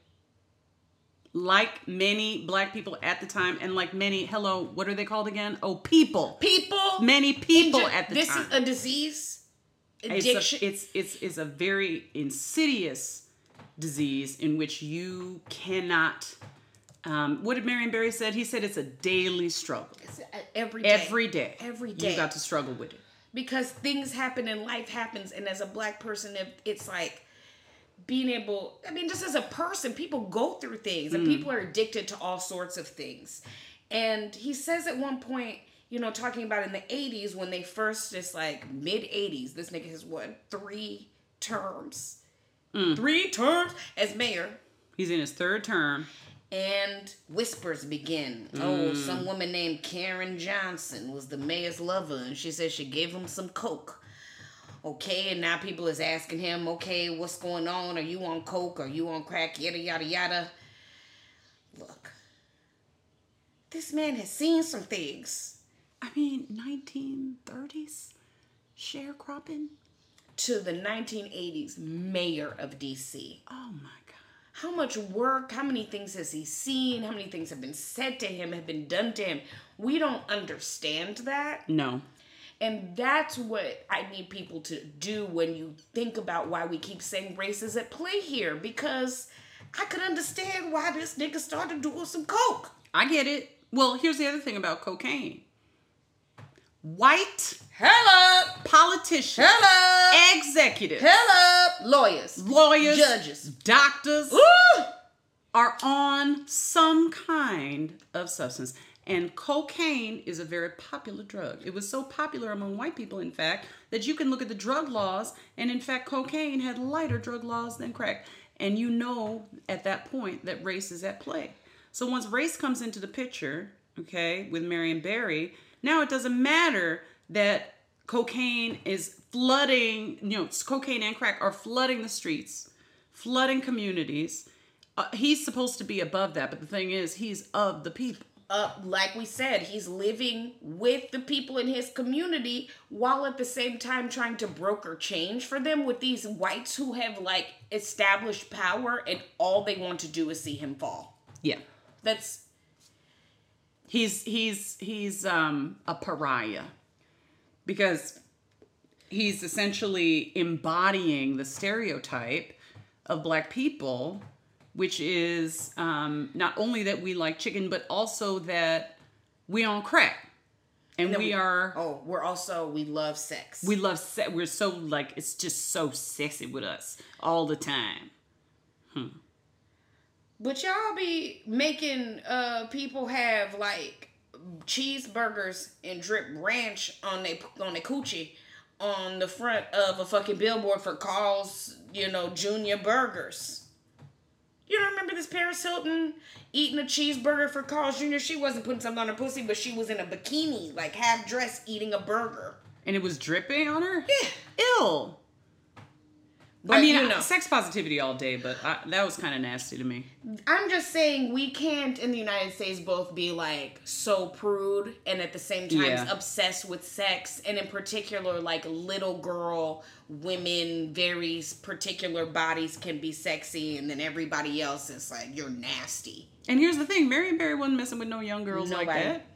S1: Like many black people at the time, and like many, hello, what are they called again? Oh, people.
S2: People,
S1: Many people
S2: ju-
S1: at the
S2: this
S1: time.
S2: is a disease.
S1: it's,
S2: Addiction.
S1: a, it's it's it's a very insidious disease in which you cannot. Um, what did Marion Barry said? He said it's a daily struggle.
S2: It's a- every day.
S1: Every day,
S2: Every
S1: you
S2: day.
S1: got to struggle with it.
S2: because things happen and life happens and as a black person if it's like being able i mean just as a person people go through things and people are addicted to all sorts of things and he says at one point you know talking about in the 80s when they first just like mid 80s this nigga has won three terms three terms as mayor
S1: He's in his third term.
S2: and whispers begin. Oh, some woman named Karen Johnson was the mayor's lover, and she said she gave him some coke. Okay, and now people is asking him, okay, what's going on? Are you on coke? Are you on crack? Yada, yada, yada. Look, this man has seen some things.
S1: I mean, 1930s sharecropping.
S2: To the 1980s mayor of DC.
S1: Oh my god.
S2: how much work, how many things has he seen, how many things have been said to him, have been done to him. We don't understand that.
S1: No,
S2: And that's what I need people to do when you think about why we keep saying race is at play here, because I could understand why this nigga started doing some coke.
S1: I get it. Well, here's the other thing about cocaine. White
S2: Hell up!
S1: politicians,
S2: Hell up!
S1: executives,
S2: Hell up! Lawyers.
S1: lawyers,
S2: Judges.
S1: doctors
S2: Woo!
S1: are on some kind of substance. And cocaine is a very popular drug. It was so popular among white people, in fact, that you can look at the drug laws, and in fact, cocaine had lighter drug laws than crack. And you know at that point that race is at play. So once race comes into the picture, okay, with Marion Barry, now it doesn't matter that cocaine is flooding, you know, cocaine and crack are flooding the streets, flooding communities. Uh, he's supposed to be above that, but the thing is, he's of the people.
S2: uh, like we said, he's living with the people in his community while at the same time trying to broker change for them with these whites who have like established power and all they want to do is see him fall.
S1: Yeah.
S2: That's
S1: He's he's he's um a pariah because he's essentially embodying the stereotype of black people, which is um not only that we like chicken, but also that we on crack. And
S2: then
S1: we
S2: we-
S1: are
S2: oh, we're also we love sex.
S1: we love se- we're so like it's just so sexy with us all the time.
S2: but y'all be making uh people have like cheeseburgers and drip ranch on they on their coochie on the front of a fucking billboard for Carl's, you know, Junior Burgers. You don't remember this Paris Hilton eating a cheeseburger for Carl's Jr. She wasn't putting something on her pussy, but she was in a bikini, like half dressed, eating a burger.
S1: And it was dripping on her?
S2: Yeah.
S1: Ill.
S2: But,
S1: I mean,
S2: you know.
S1: sex positivity all day, but I, that was kind of nasty to me.
S2: I'm just saying we can't in the United States both be like so prude and at the same time
S1: Yeah.
S2: obsessed with sex and in particular like little girl women very s- particular bodies can be sexy and then everybody else is like you're nasty.
S1: And here's the thing: Marion Barry wasn't messing with no young girls like
S2: Nobody.
S1: that.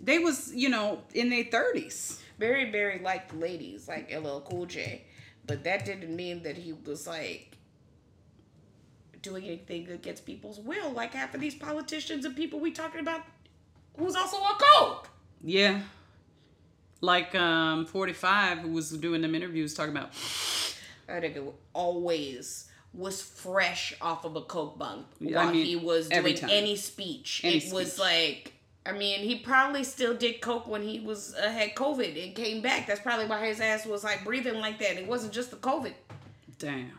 S1: They was, you know, in their thirties.
S2: Very very like ladies like LL Cool J. But that didn't mean that he was like doing anything against people's will, like half of these politicians and people we talking about who's also on coke.
S1: Yeah. Like um 45 who was doing them interviews talking about
S2: That nigga always was fresh off of a coke bunk
S1: Yeah,
S2: while
S1: I mean,
S2: he was
S1: every
S2: doing
S1: time.
S2: any speech.
S1: Any
S2: it was like, I mean, he probably still did coke when he was uh, had COVID and came back. That's probably why his ass was like breathing like that. It wasn't just the COVID,
S1: damn.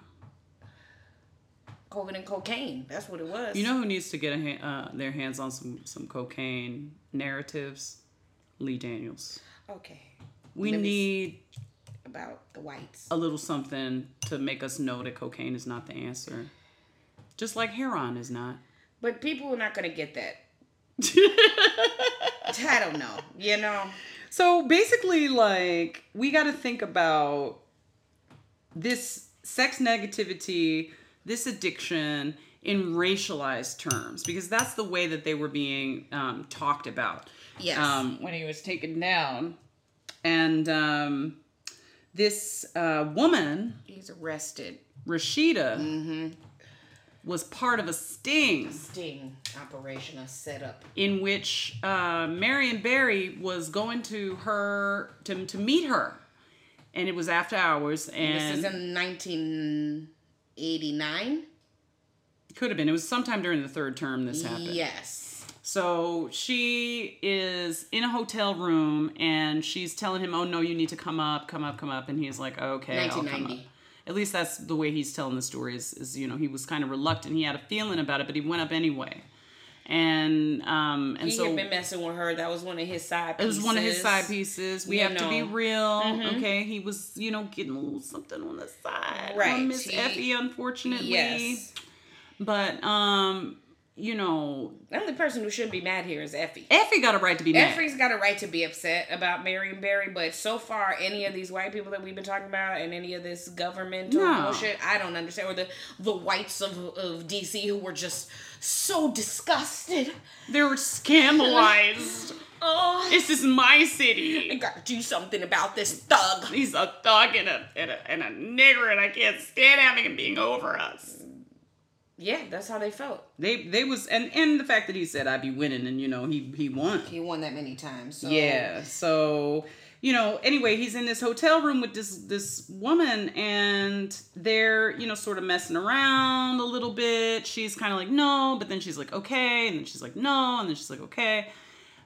S2: COVID and cocaine. That's what it was.
S1: You know who needs to get a ha- uh, their hands on some some cocaine narratives? Lee Daniels.
S2: Okay,
S1: We
S2: Let me s-
S1: need
S2: about the whites.
S1: a little something to make us know that cocaine is not the answer. Just like heroin is not.
S2: But people are not gonna get that. I don't know. You know.
S1: So basically, like, we got to think about this sex negativity, this addiction in racialized terms, because that's the way that they were being um, talked about.
S2: Yes.
S1: Um, when he was taken down. And um, this uh, woman,
S2: He's arrested.
S1: Rashida, was part of a sting.
S2: Sting operation. A setup.
S1: in which uh, Marion Barry was going to her to, to meet her, and it was after hours,
S2: This
S1: and
S2: is in 1989.
S1: could have been it was sometime during the third term this happened.
S2: Yes.
S1: So she is in a hotel room, and she's telling him, "Oh no, you need to come up, come up, come up," and he's like, "Okay, I'll come up."
S2: 1990.
S1: At least that's the way he's telling the story. Is, is you know he was kind of reluctant. He had a feeling about it, but he went up anyway. And um and
S2: he
S1: so
S2: had been messing with her. That was one of his side
S1: It
S2: pieces. Mm-hmm.
S1: was one of his side pieces. We
S2: You
S1: have to be
S2: know.
S1: real. Okay, he was, you know, getting a little something on the side.
S2: Right,
S1: on Miss
S2: he-
S1: Effie, unfortunately.
S2: Yes.
S1: But um, you know,
S2: The only person who shouldn't be mad here is Effie.
S1: Effie got a right to be mad.
S2: Effie's got a right to be upset about Marion Barry, but so far, any of these white people that we've been talking about and any of this governmental
S1: No.
S2: bullshit, I don't understand. Or the, the whites of, of DC who were just so disgusted.
S1: They were scandalized.
S2: Oh,
S1: this is my
S2: I
S1: city.
S2: gotta do something about this thug.
S1: He's a thug and a, and a and a nigger, and I can't stand having him being over us.
S2: Yeah, that's how they felt.
S1: They they was and and the fact that he said I'd be winning, and you know he he won.
S2: He won that many times. So.
S1: Yeah. So, you know, anyway, he's in this hotel room with this this woman and they're, you know, sort of messing around a little bit. She's kind of like, "No," but then she's like, "Okay," and then she's like, "No," and then she's like, "Okay."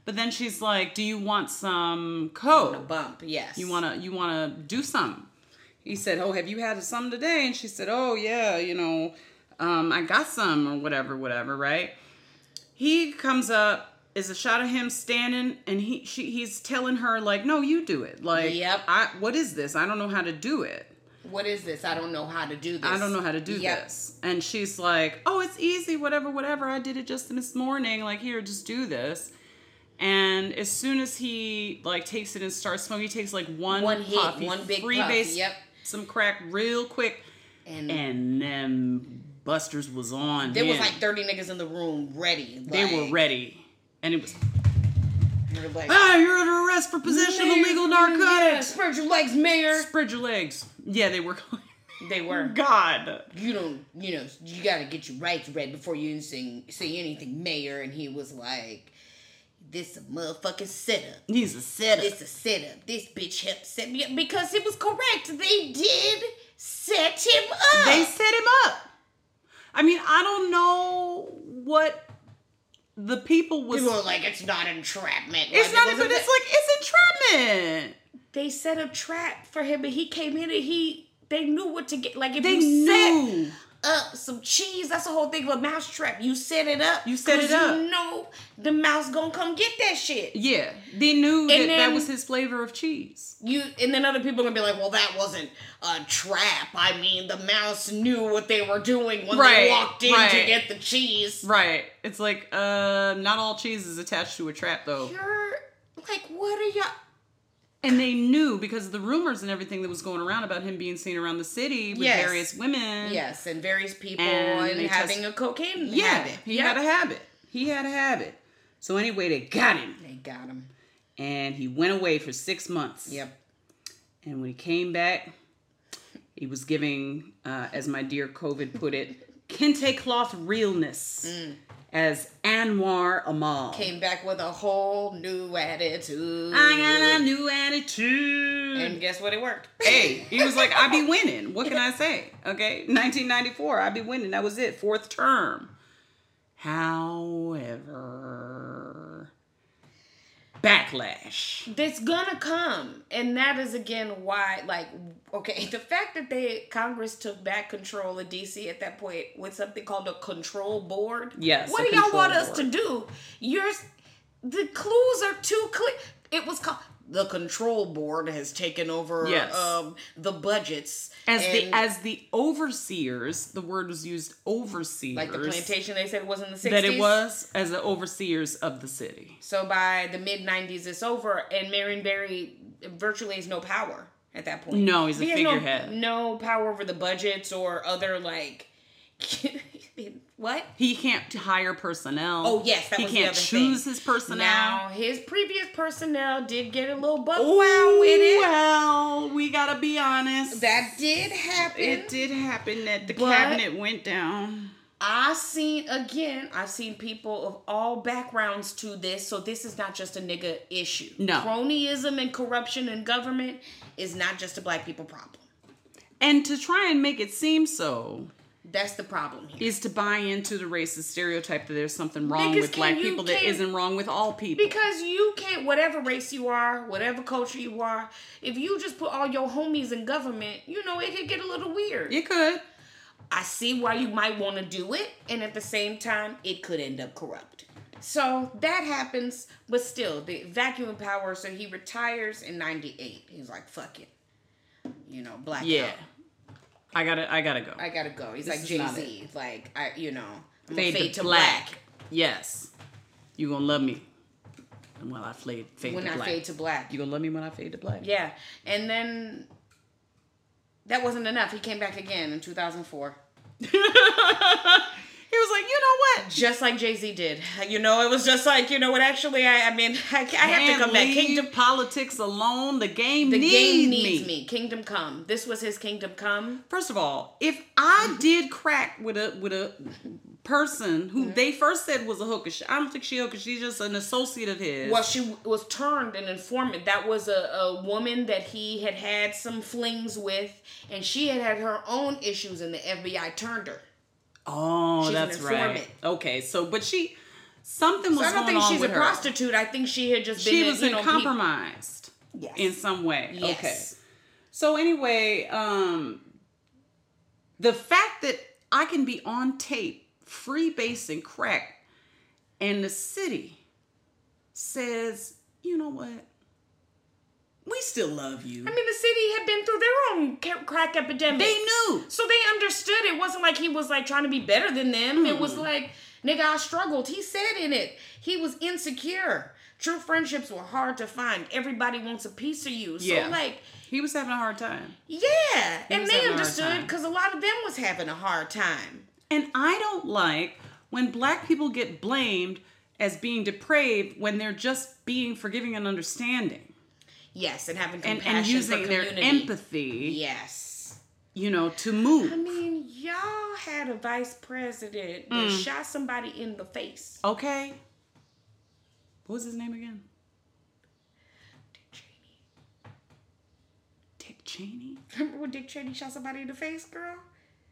S1: But then she's like, "Do you want some
S2: A
S1: coke?
S2: bump, yes.
S1: You want to you want to do some?" He said, "Oh, have you had some today?" And she said, "Oh, yeah, you know, um, I got some or whatever, whatever, right?" he comes up is a shot of him standing and he she he's telling her like no you do it like
S2: Yep.
S1: I, what is this i don't know how to do it
S2: What is this? I don't know how to do this.
S1: i don't know how to do
S2: Yep.
S1: this and she's like oh it's easy whatever whatever i did it just this morning like here just do this and as soon as he like takes it and starts smoking he takes like one
S2: One hit,
S1: puff, he
S2: one big
S1: free
S2: puff,
S1: base
S2: yep.
S1: some crack real quick
S2: And,
S1: and then busters was on
S2: there was
S1: him.
S2: like 30 niggas in the room ready.
S1: they were
S2: like,
S1: ready and it was
S2: they were like,
S1: Ah, you're under arrest for possession of illegal narcotics.
S2: spread your legs, mayor.
S1: Spread your legs. Yeah, they were. "Oh
S2: They were.
S1: God.
S2: You don't, you know, you gotta get your rights read before you sing, say anything, mayor. And he was like, this a motherfucking setup.
S1: He's a
S2: This
S1: setup.
S2: a setup. This bitch helped set me up because it was correct. They did set him up.
S1: They set him up. I mean, I don't know what the people was.
S2: People were like, it's not entrapment.
S1: it's
S2: Like,
S1: not
S2: it
S1: even.
S2: wasn't
S1: It's
S2: that-
S1: like it's entrapment.
S2: they set a trap for him, and he came in and he they knew what to get. Like if
S1: They
S2: you set
S1: knew.
S2: up some cheese, that's the whole thing of a mouse trap. You set it up.
S1: You set
S2: 'cause
S1: it up.
S2: You know the mouse gonna come get that shit.
S1: Yeah, they knew that
S2: And
S1: that
S2: then-
S1: was his flavor of cheese.
S2: You and then other people gonna be like, well, that wasn't a trap. I mean, the mouse knew what they were doing when
S1: Right,
S2: they walked in
S1: right.
S2: to get the cheese.
S1: Right. It's like uh, not all cheese is attached to a trap though.
S2: You're like, what are y'all?
S1: And they knew because of the rumors and everything that was going around about him being seen around the city with
S2: Yes.
S1: various women.
S2: Yes, and various people
S1: And
S2: and,
S1: they
S2: having
S1: test-
S2: a cocaine
S1: Yeah.
S2: habit.
S1: He
S2: Yep.
S1: had a habit. He had a habit. So anyway, they got him.
S2: They got him.
S1: And he went away for six months.
S2: Yep.
S1: And when he came back, He was giving, uh, as my dear COVID put it, kente cloth realness as Anwar Amal.
S2: Mm. Came back with a whole new attitude.
S1: I got a new attitude.
S2: and guess what? It worked.
S1: hey, he was like, I be winning. What can I say? Okay, 1994, I be winning. That was it, fourth term. However, backlash.
S2: That's gonna come. And that is again why, like, okay, the fact that they Congress took back control of DC at that point with something called a control board.
S1: Yes,
S2: What
S1: a
S2: do y'all
S1: control
S2: want us to
S1: board.
S2: do? You're the clues are too clear. It was called the control board has taken over
S1: Yes.
S2: um, the budgets
S1: As
S2: and-
S1: the as the overseers, the word was used overseers.
S2: like the plantation they said it was in the 60s.
S1: that it was as the overseers of the city.
S2: So by the mid 90s, it's over, and Marion Barry virtually has no power at that point.
S1: No, he's a
S2: He has no-
S1: figurehead.
S2: No, power over the budgets or other, like. what?
S1: He can't hire personnel.
S2: Oh, yes, that
S1: he
S2: was the
S1: can't
S2: other thing.
S1: choose his personnel.
S2: Now, his previous personnel did get a little buck
S1: Ooh,
S2: wow with it.
S1: Well, we gotta be honest.
S2: That did happen.
S1: It did happen that the
S2: But-
S1: cabinet went down.
S2: I seen again. I've seen people of all backgrounds to this, so this is not just a nigga issue.
S1: No.
S2: cronyism and corruption in government is not just a black people problem.
S1: And to try and make it seem so
S2: That's the problem here.
S1: is to buy into the racist stereotype that there's something wrong
S2: Because
S1: with
S2: can
S1: black
S2: you-
S1: people that
S2: can-
S1: isn't wrong with all people.
S2: Because you can't, whatever race you are, whatever culture you are, if you just put all your homies in government, you know, it could get a little weird.
S1: It could.
S2: I see why you might want to do it, and at the same time, it could end up corrupt. So that happens, but still, the vacuum of power. So he retires in 98. He's like, fuck it. You know, black.
S1: Yeah. I gotta I gotta go.
S2: I gotta go. He's like,
S1: is
S2: Jay
S1: not
S2: Z. Like, I, you know, I'm
S1: fade,
S2: fade, fade
S1: to
S2: to
S1: black.
S2: black.
S1: Yes. You gonna love me. And while I fade, fade
S2: When
S1: to
S2: I
S1: black.
S2: fade to black.
S1: you gonna love me when I fade to black.
S2: Yeah, and then that wasn't enough. He came back again in 2004,
S1: he was like, you know what?
S2: just like Jay Z did. You know, it was just like you know what. Actually, I, I mean, I, I have to come back. Kingdom,
S1: politics alone. The game
S2: the
S1: needs
S2: game
S1: me.
S2: needs me. Kingdom come. This was his kingdom come.
S1: First of all, if I did crack with a with a person
S2: Mm-hmm.
S1: who they first said was a hooker, she- I don't think she a hooker. She's just an associate of his.
S2: Well, she w- was turned an informant. That was a, a woman that he had had some flings with, and she had had her own issues, and the FBI turned her.
S1: oh,
S2: she's an
S1: that's right.
S2: informant.
S1: Okay, so but she something
S2: So
S1: was
S2: I don't
S1: going
S2: think
S1: on
S2: she's a
S1: with her.
S2: prostitute. I think she had just been.
S1: She
S2: in,
S1: was
S2: you know, pe-
S1: compromised
S2: Yes.
S1: in some way.
S2: Yes.
S1: Okay. So anyway, um the fact that I can be on tape freebasing crack and the city says, "You know what? We still love you."
S2: I mean, the city had been through their own ca- crack epidemic.
S1: they knew.
S2: so they understood it wasn't like he was like trying to be better than them. It
S1: Mm-hmm.
S2: was like, nigga, I struggled. He said in it, he was insecure. True friendships were hard to find. Everybody wants a piece of you. So
S1: Yeah.
S2: like,
S1: He was having a hard time.
S2: yeah, and
S1: was
S2: they
S1: having a hard
S2: understood
S1: time.
S2: because a lot of them was having a hard time.
S1: And I don't like when black people get blamed as being depraved when they're just being forgiving and understanding
S2: Yes, and having
S1: and,
S2: compassion
S1: and using
S2: for
S1: their
S2: community.
S1: empathy.
S2: Yes.
S1: you know, to move.
S2: I mean, y'all had a vice president that
S1: Mm.
S2: shot somebody in the face.
S1: okay. What was his name again? Dick Cheney?
S2: Remember when Dick Cheney shot somebody in the face, girl?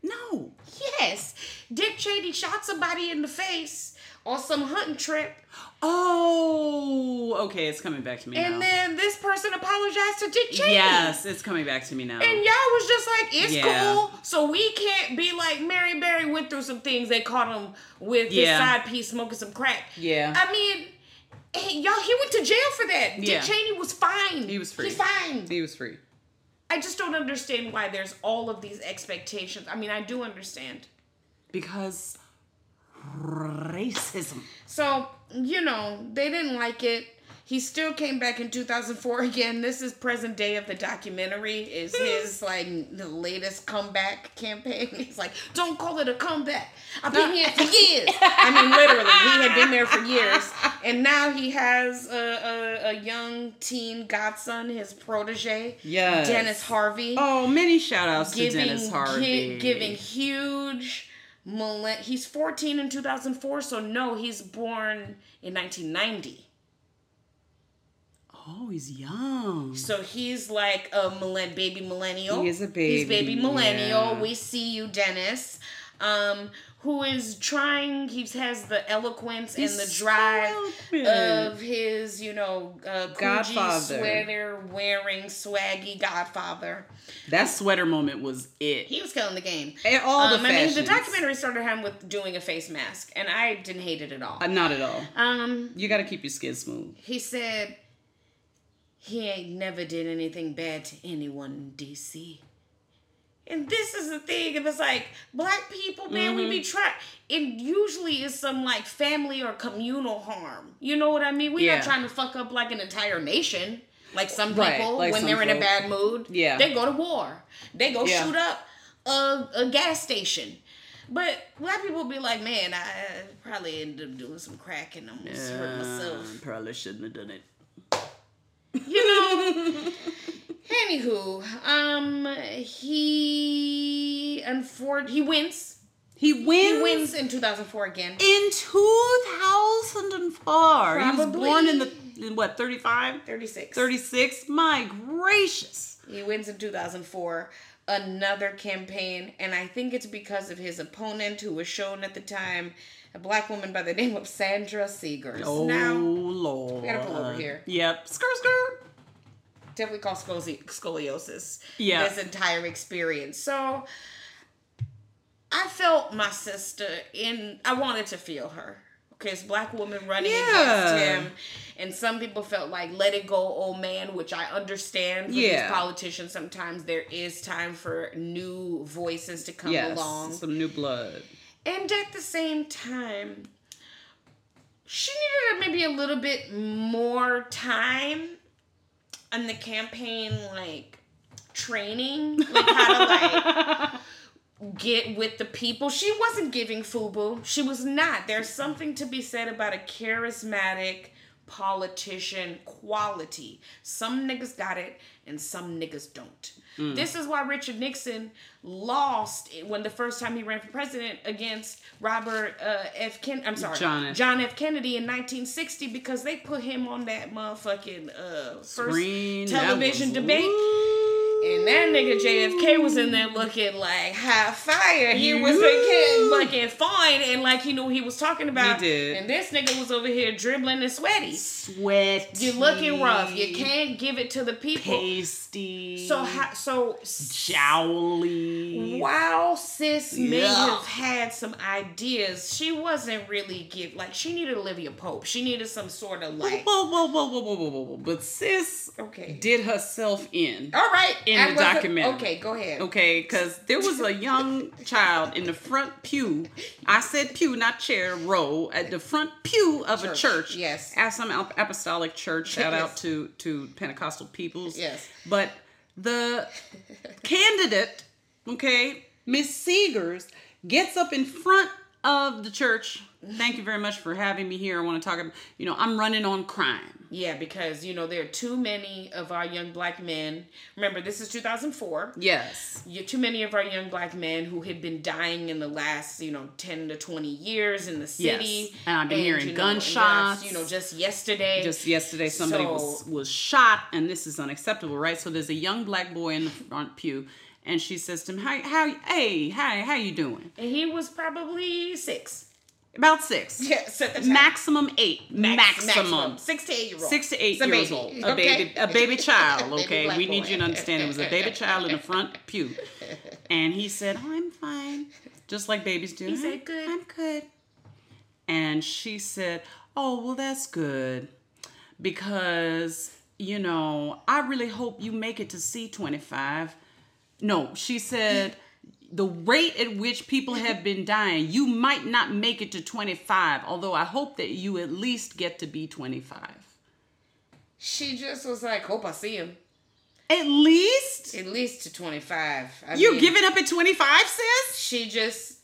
S1: No.
S2: Yes. Dick Cheney shot somebody in the face on some hunting trip,
S1: Oh, okay. It's coming back to me now.
S2: and then this person apologized to Dick Cheney.
S1: yes, it's coming back to me now.
S2: And y'all was just like, it's
S1: Yeah.
S2: cool. So we can't be like Mary Berry went through some things. They caught him with
S1: Yeah.
S2: his side piece smoking some crack.
S1: Yeah.
S2: I mean, he- y'all, he went to jail for that.
S1: Yeah.
S2: Dick Cheney was fine.
S1: he was free.
S2: He fine.
S1: He was free.
S2: I just don't understand why there's all of these expectations. I mean, I do understand.
S1: Because racism.
S2: So, you know, they didn't like it. He still came back in 2004 again. This is present day of the documentary. Is his like the latest comeback campaign? He's like, don't call it a comeback. I've been here for years. I mean, literally, he had been there for years, and now he has a, a, a young teen godson, his protege,
S1: Yes.
S2: Dennis Harvey
S1: Oh, many shout outs to
S2: giving
S1: Dennis Harvey.
S2: gi- giving huge millen- he's 14 in 2004 so no he's born in 1990
S1: Oh, he's young.
S2: so he's like a millen- baby millennial
S1: He is a
S2: he's baby
S1: baby,
S2: millennial
S1: yeah.
S2: we see you dennis um who is trying he has the eloquence
S1: He's
S2: and the
S1: so
S2: drive
S1: eloquent.
S2: of his you know uh
S1: Godfather.
S2: sweater wearing swaggy godfather
S1: That sweater moment was it.
S2: he was killing the game
S1: And all the
S2: Um, I mean, the
S1: fashions.
S2: documentary started him with doing a face mask, and I didn't hate it at all.
S1: Uh, not at all.
S2: Um,
S1: You got to keep your skin smooth.
S2: he said he ain't never did anything bad to anyone in DC. And this is the thing, it was like black people, man, we
S1: Mm-hmm.
S2: be trying. It usually is some like family or communal harm. You know what I mean? We're
S1: Yeah.
S2: not trying to fuck up like an entire nation. Like some people,
S1: Right, like
S2: when
S1: some
S2: they're in a
S1: folk.
S2: bad mood,
S1: Yeah.
S2: they go to war. They go
S1: Yeah.
S2: shoot up a, a gas station. But black people be like, man, I probably end up doing some crack and almost hurt myself.
S1: Uh, probably shouldn't have done it.
S2: You know. Anywho, um, he unfor- he wins.
S1: He
S2: He
S1: wins.
S2: wins in 2004 again.
S1: in 2004. He was
S2: Probably.
S1: born in the in what 35,
S2: 36.
S1: 36. My gracious.
S2: He wins in 2004. Another campaign, and I think it's because of his opponent, who was shown at the time, a black woman by the name of Sandra Seegers.
S1: Oh
S2: Now,
S1: lord.
S2: we gotta pull over here.
S1: Yep. Skirt skirt.
S2: definitely call scoliosis, scoliosis
S1: Yeah.
S2: this entire experience. So I felt my sister in I wanted to feel her. Okay, it's a black woman running
S1: Yeah.
S2: against him. And some people felt like let it go, old man, which I understand with
S1: Yeah.
S2: these politicians sometimes there is time for new voices to come
S1: Yes.
S2: along.
S1: Some new blood.
S2: And at the same time, she needed maybe a little bit more time on the campaign, like training, like how to like get with the people. She wasn't giving FUBU. She was not. There's something to be said about a charismatic politician quality. Some niggas got it and some niggas don't.
S1: Hmm.
S2: This is why Richard Nixon lost it when the first time he ran for president against Robert uh, F. Ken I'm sorry,
S1: John F.
S2: John F. Kennedy in 1960 because they put him on that motherfucking uh, first
S1: Screen, that
S2: television
S1: was-
S2: debate. And that nigga JFK was in there looking like high fire. He was looking
S1: Ooh.
S2: looking fine and like he knew what he was talking about.
S1: He did.
S2: And this nigga was over here dribbling and sweaty.
S1: Sweat.
S2: You're looking rough. You can't give it to the people.
S1: Pasty.
S2: So ha- so
S1: jowly.
S2: while sis may
S1: Yeah.
S2: have had some ideas, she wasn't really give like she needed Olivia Pope. She needed some sort of like
S1: Whoa, whoa, whoa, whoa, whoa, whoa, whoa, whoa. But sis
S2: okay.
S1: did herself in.
S2: All right.
S1: In
S2: I
S1: the
S2: wasn't-
S1: documentary.
S2: Okay, go ahead.
S1: Okay, because there was a young child in the front pew. I said pew, not chair, row, at the front pew of a
S2: Church,
S1: church.
S2: yes.
S1: At some ap- apostolic church. Shout out
S2: Yes.
S1: to, to Pentecostal peoples.
S2: Yes.
S1: But the candidate, okay, Miss Seegers, gets up in front of the church. Thank you very much for having me here. I want to talk about, you know, I'm running on crime.
S2: Yeah, because you know there are too many of our young black men. Remember, this is 2004.
S1: Yes.
S2: You too many of our young black men who had been dying in the last, you know, 10 to 20 years in the city.
S1: And I've been hearing
S2: you know, and that's,
S1: gunshots.
S2: You know, just yesterday.
S1: Just yesterday, somebody was
S2: So-
S1: was shot, and this is unacceptable, right? So there's a young black boy in the front pew, and she says to him, "How, how, hey, hi, how you doing?
S2: and he was probably six.
S1: About six,
S2: Yes. at the time.
S1: maximum eight,
S2: Max-
S1: maximum,
S2: Six to eight year old.
S1: six to eight
S2: It's a
S1: years
S2: baby,
S1: old, a baby, a baby child. Okay, we need you to understand it was a baby child in the front pew, and he said, oh, "I'm fine," just like babies do. He
S2: said, "Good."
S1: I'm good," and she said, "Oh, well, that's good." because you know i really hope you make it to c25 no she said the rate at which people have been dying you might not make it to 25 although i hope that you at least get to be 25
S2: She just was like, hope I see him
S1: At least
S2: at least to 25. I
S1: you're
S2: mean,
S1: giving up at 25, sis.
S2: She just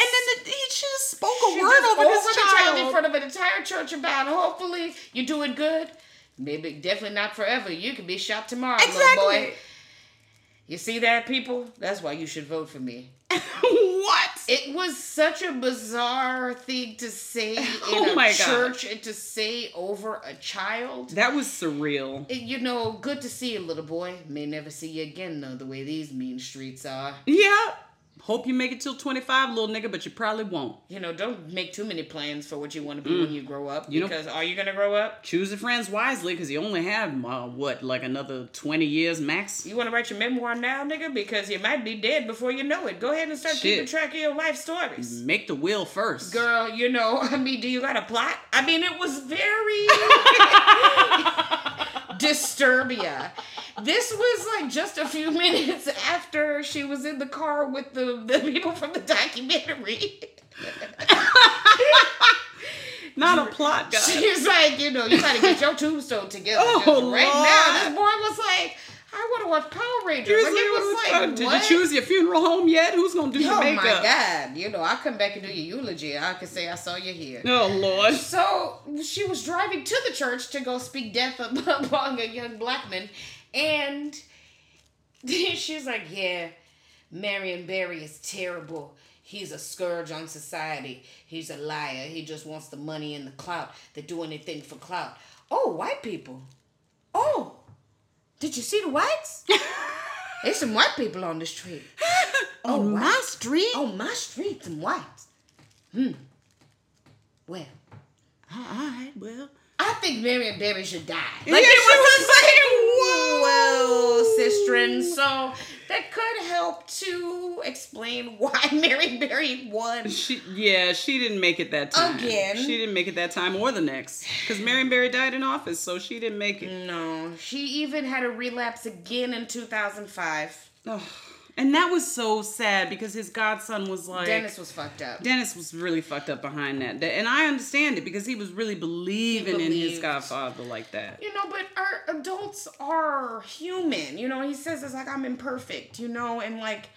S1: And then the, he just spoke a
S2: she
S1: word
S2: just
S1: over this
S2: the
S1: child.
S2: in front of an entire church about hopefully you're doing good. Maybe definitely not forever. You could be shot tomorrow, little boy.
S1: exactly.
S2: You see that, people? That's why you should vote for me.
S1: what?
S2: It was such a bizarre thing to say in
S1: Oh
S2: a
S1: my God.
S2: church and to say over a child.
S1: that was surreal.
S2: It- you know, good to see you, little boy. May never see you again, though, the way these mean streets are.
S1: Yeah. Hope you make it till 25, little nigga, but you probably won't.
S2: You know, don't make too many plans for what you want to be when you grow up.
S1: Mm. You know-
S2: because are you going to grow up?
S1: Choose your friends wisely because you only have, uh, what, like another 20 years max?
S2: You want to write your memoir now, nigga? Because you might be dead before you know it. Go ahead and start
S1: Shit. Mm-hmm.
S2: keeping track of your life stories.
S1: Make the will first.
S2: Girl, you know, I mean, do you got a plot? I mean, it was very disturbia. This was like just a few minutes after she was in the car with the, the people from the documentary.
S1: Not a plot, guy.
S2: She was like, you know, you gotta get your tombstone together.
S1: Oh,
S2: because right now,
S1: Lord.
S2: this boy was like, I wanna watch Power Rangers.
S1: He was
S2: Like,
S1: like,
S2: it was
S1: "What?
S2: like,
S1: Did
S2: what?
S1: you choose your funeral home yet? Who's gonna do your
S2: Oh
S1: makeup?
S2: my god, you know, I'll come back and do your eulogy. I can say I saw you here.
S1: Oh Lord.
S2: So she was driving to the church to go speak death up- upon a young black man, and she's like, "Yeah, Marion Barry is terrible. He's a scourge on society. He's a liar. He just wants the money and the clout. They do anything for clout. Oh, white people. Oh, did you see the whites? There's some white people on this street. Oh,
S1: On
S2: wow.
S1: my street?
S2: Oh, my street, some whites. Hmm. Well."
S1: Alright, well.
S2: I think Marion Barry should die.
S1: Like it was
S2: whoa, sistren. So that could help to explain why Mary Berry won.
S1: She, yeah, she didn't make it that time.
S2: Again.
S1: She didn't make it that time or the next. Because Marion Barry died in office, so she didn't make it.
S2: No, she even had a relapse again in 2005.
S1: Ugh. And that was so sad because his godson was like.
S2: Dennis was fucked up.
S1: Dennis was really fucked up behind that. And I understand it because he was really believing in his
S2: believed.
S1: godfather like that.
S2: you know, but our adults are human. You know, he says it's like I'm imperfect, you know, and like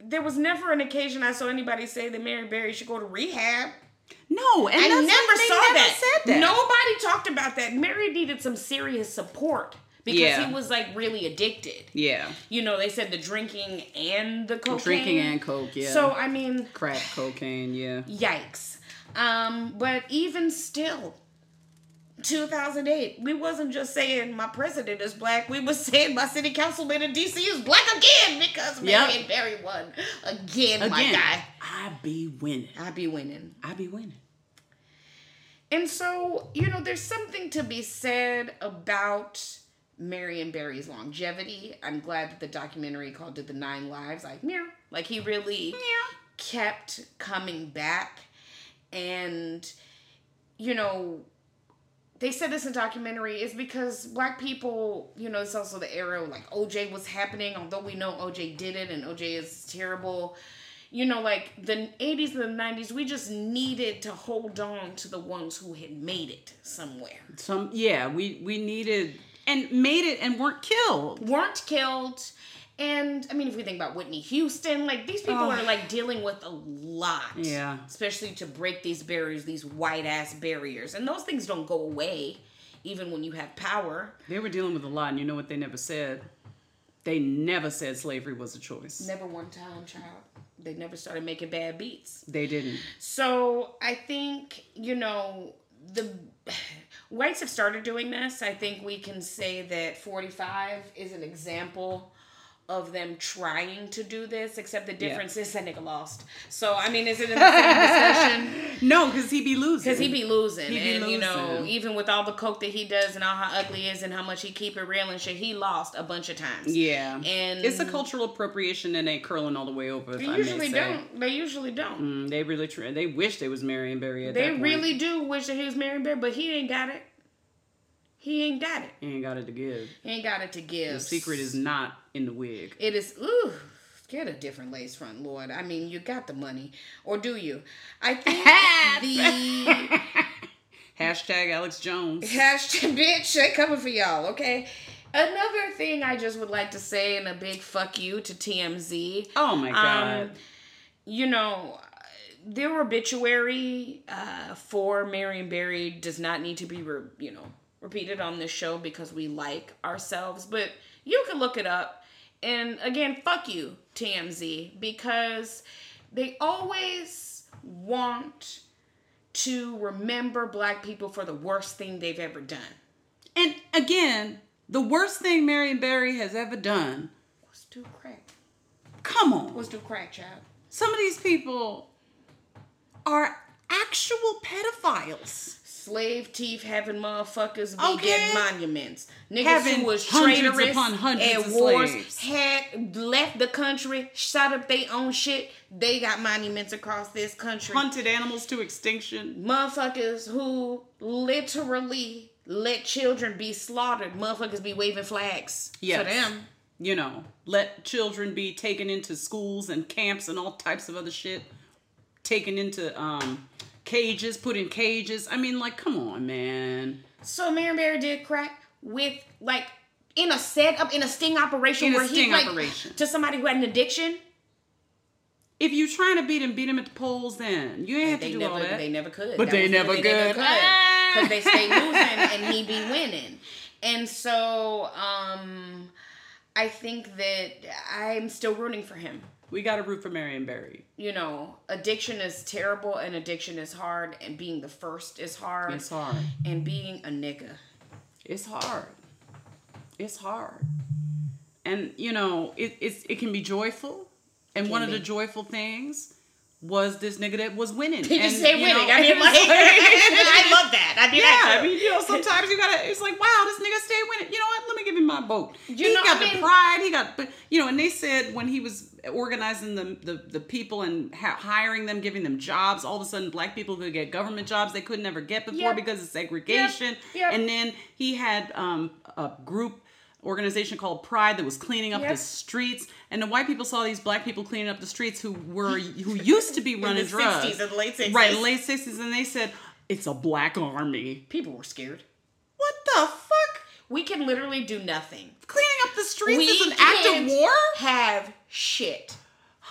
S2: there was never an occasion I saw anybody say that Mary Berry should go to rehab.
S1: No, and
S2: I
S1: that's
S2: never
S1: like, they
S2: saw
S1: never
S2: that.
S1: Said that.
S2: Nobody talked about that. Mary needed some serious support because
S1: Yeah.
S2: he was like really addicted.
S1: Yeah.
S2: You know, they said the drinking and the cocaine.
S1: Drinking and coke, yeah.
S2: So I mean,
S1: crack cocaine, yeah.
S2: yikes. Um, but even still, 2008, we wasn't just saying my president is black. We was saying my city councilman in D.C. is black again because
S1: Yep.
S2: Mary and Barry won again, my
S1: Again,
S2: guy.
S1: I be winning.
S2: I be winning.
S1: I be winning.
S2: And so, you know, there's something to be said about Marion Barry's longevity. I'm glad that the documentary called it The Nine Lives. Like, meow. Like, he really kept coming back. And, you know, they said this in documentary is because black people, you know, it's also the era like OJ was happening, although we know OJ did it and OJ is terrible. You know, like the 80s and the 90s, we just needed to hold on to the ones who had made it somewhere.
S1: Some yeah, we we needed and made it and weren't killed.
S2: Weren't killed. And I mean, if we think about Whitney Houston, like these people
S1: Oh.
S2: are like dealing with a lot.
S1: Yeah.
S2: Especially to break these barriers, these white ass barriers. And those things don't go away even when you have power.
S1: They were dealing with a lot, and you know what they never said? They never said slavery was a choice.
S2: Never one time, child. They never started making bad beats.
S1: They didn't.
S2: So I think, you know, the whites have started doing this. I think we can say that 45 is an example of them trying to do this, except the difference is that nigga lost. So, I mean, is it in the same discussion?
S1: No, because he be losing.
S2: Because he be losing.
S1: He be
S2: and, you know,
S1: losing.
S2: even with all the coke that he does and all how ugly he is and how much he keep it real and shit, he lost a bunch of times.
S1: Yeah.
S2: And
S1: it's a cultural appropriation and ain't curling all the way over. If
S2: They
S1: I
S2: usually
S1: may say.
S2: don't. They usually don't.
S1: Mm, they really tr- they wish they was Marion Barry at that
S2: They
S1: point.
S2: really do wish that he was Marion Barry, but he ain't got it. He ain't got it.
S1: He ain't got it to give.
S2: He ain't got it to give.
S1: The secret is not in the wig.
S2: It is ooh. Get a different lace front, Lord. I mean, you got the money, or do you? I think the
S1: Hashtag Alex Jones.
S2: Hashtag bitch, they coming for y'all, okay? Another thing I just would like to say, and a big fuck you to TMZ.
S1: Oh my god.
S2: Um, you know, their obituary uh, for Marion Barry does not need to be, re- you know, repeated on this show because we like ourselves, but you can look it up. And again, fuck you, TMZ, because they always want to remember black people for the worst thing they've ever done.
S1: and again, the worst thing Marion Barry has ever done.
S2: Let's do crack.
S1: Come on.
S2: Let's do crack, child.
S1: Some of these people are actual pedophiles.
S2: slave thief having motherfuckers be
S1: Okay.
S2: getting monuments. Niggas
S1: Having
S2: who was
S1: hundreds
S2: traitorous
S1: upon hundreds
S2: at
S1: of
S2: wars,
S1: slaves.
S2: had left the country, shot up their own shit. They got monuments across this country.
S1: Hunted animals to extinction.
S2: motherfuckers who literally let children be slaughtered. Motherfuckers be waving flags
S1: Yes.
S2: for them.
S1: You know, let children be taken into schools and camps and all types of other shit. Taken into um cages, put in cages. I mean, like, come on, man.
S2: So Marion Barry did crack with like in a setup in a sting operation
S1: In a
S2: where
S1: sting
S2: he like
S1: operation.
S2: to somebody who had an addiction.
S1: If you trying to beat him, beat him at the polls. Then you ain't have to
S2: They
S1: do all
S2: never,
S1: that.
S2: they never could.
S1: But they
S2: was-
S1: never could.
S2: Because they stay losing and he be winning. And so, um, I think that I'm still rooting for him.
S1: we got to root for Marion Barry.
S2: You know, addiction is terrible and addiction is hard, and being the first is hard,
S1: It's hard.
S2: and being a nigga.
S1: It's hard. It's hard. And you know, it it's, it can be joyful. And one of
S2: be.
S1: the joyful things was this nigga that was winning.
S2: You
S1: and,
S2: just say
S1: you
S2: winning.
S1: know,
S2: I mean,
S1: it was
S2: like, I
S1: like-
S2: love that. I mean,
S1: Yeah,
S2: that
S1: I
S2: too.
S1: mean, you know, sometimes you gotta. It's like, wow, this nigga stayed winning. You know what? Let me give him my vote.
S2: You
S1: he
S2: know,
S1: got
S2: I
S1: the
S2: mean-
S1: pride. He got, but you know, and they said when he was organizing the the, the people and ha- hiring them, giving them jobs, all of a sudden, black people could get government jobs they could never get before
S2: Yep.
S1: because of segregation.
S2: Yep.
S1: And then he had um, a group organization called Pride that was cleaning up
S2: Yep.
S1: the streets, and the white people saw these black people cleaning up the streets who were who used to be running
S2: the
S1: drugs,
S2: 60s and the late 60s.
S1: right, late sixties, and they said. It's a black army.
S2: people were scared.
S1: What the fuck?
S2: We can literally do nothing.
S1: Cleaning up the streets
S2: we
S1: is an act
S2: can't
S1: of war?
S2: Have shit.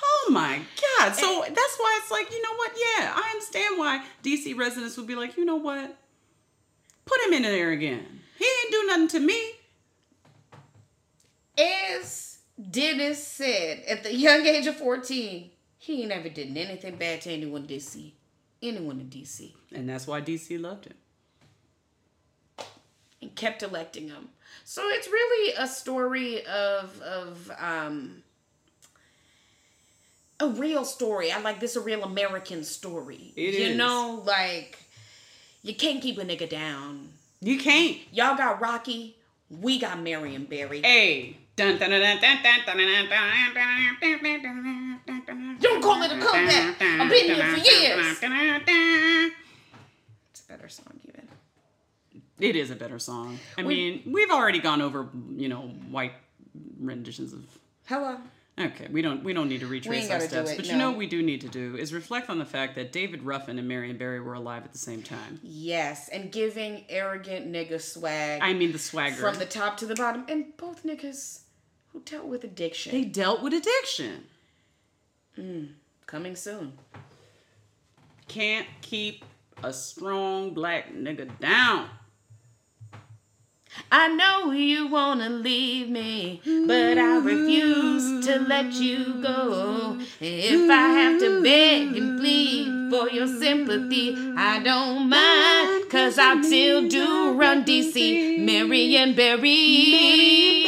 S1: Oh my god. So that's why it's like, you know what? Yeah, I understand why DC residents would be like, you know what? Put him in there again. He ain't do nothing to me.
S2: As Dennis said, at the young age of 14, he ain't never did anything bad to anyone in DC. Anyone in DC.
S1: And that's why DC loved him.
S2: And kept electing him. So it's really a story of of um a real story. I like this a real American story.
S1: It
S2: you
S1: is.
S2: know, like you can't keep a nigga down.
S1: You can't.
S2: Y'all got Rocky, we got Marion Barry.
S1: Hey. Dun, dun, dun, dun, dun, dun, dun, dun, dun, dun.
S2: You don't call it a comeback. I've been here for years. It's a better song even.
S1: It is a better song. I mean, we've already gone over, you know, white renditions of
S2: Hello.
S1: Okay, we don't we don't need to retrace
S2: ain't
S1: our
S2: gotta do
S1: steps,
S2: it,
S1: but you know
S2: no.
S1: what we do need to do is reflect on the fact that David Ruffin and Marion Barry were alive at the same time.
S2: Yes, and giving arrogant nigga swag
S1: I mean the swagger.
S2: from the top to the bottom. And both niggas who dealt with addiction.
S1: they dealt with addiction.
S2: Coming soon.
S1: Can't keep a strong black nigga down.
S2: I know you wanna leave me, but I refuse to let you go. If I have to beg and plead for your sympathy, I don't mind, cause I still do run DC, Mary and Berry.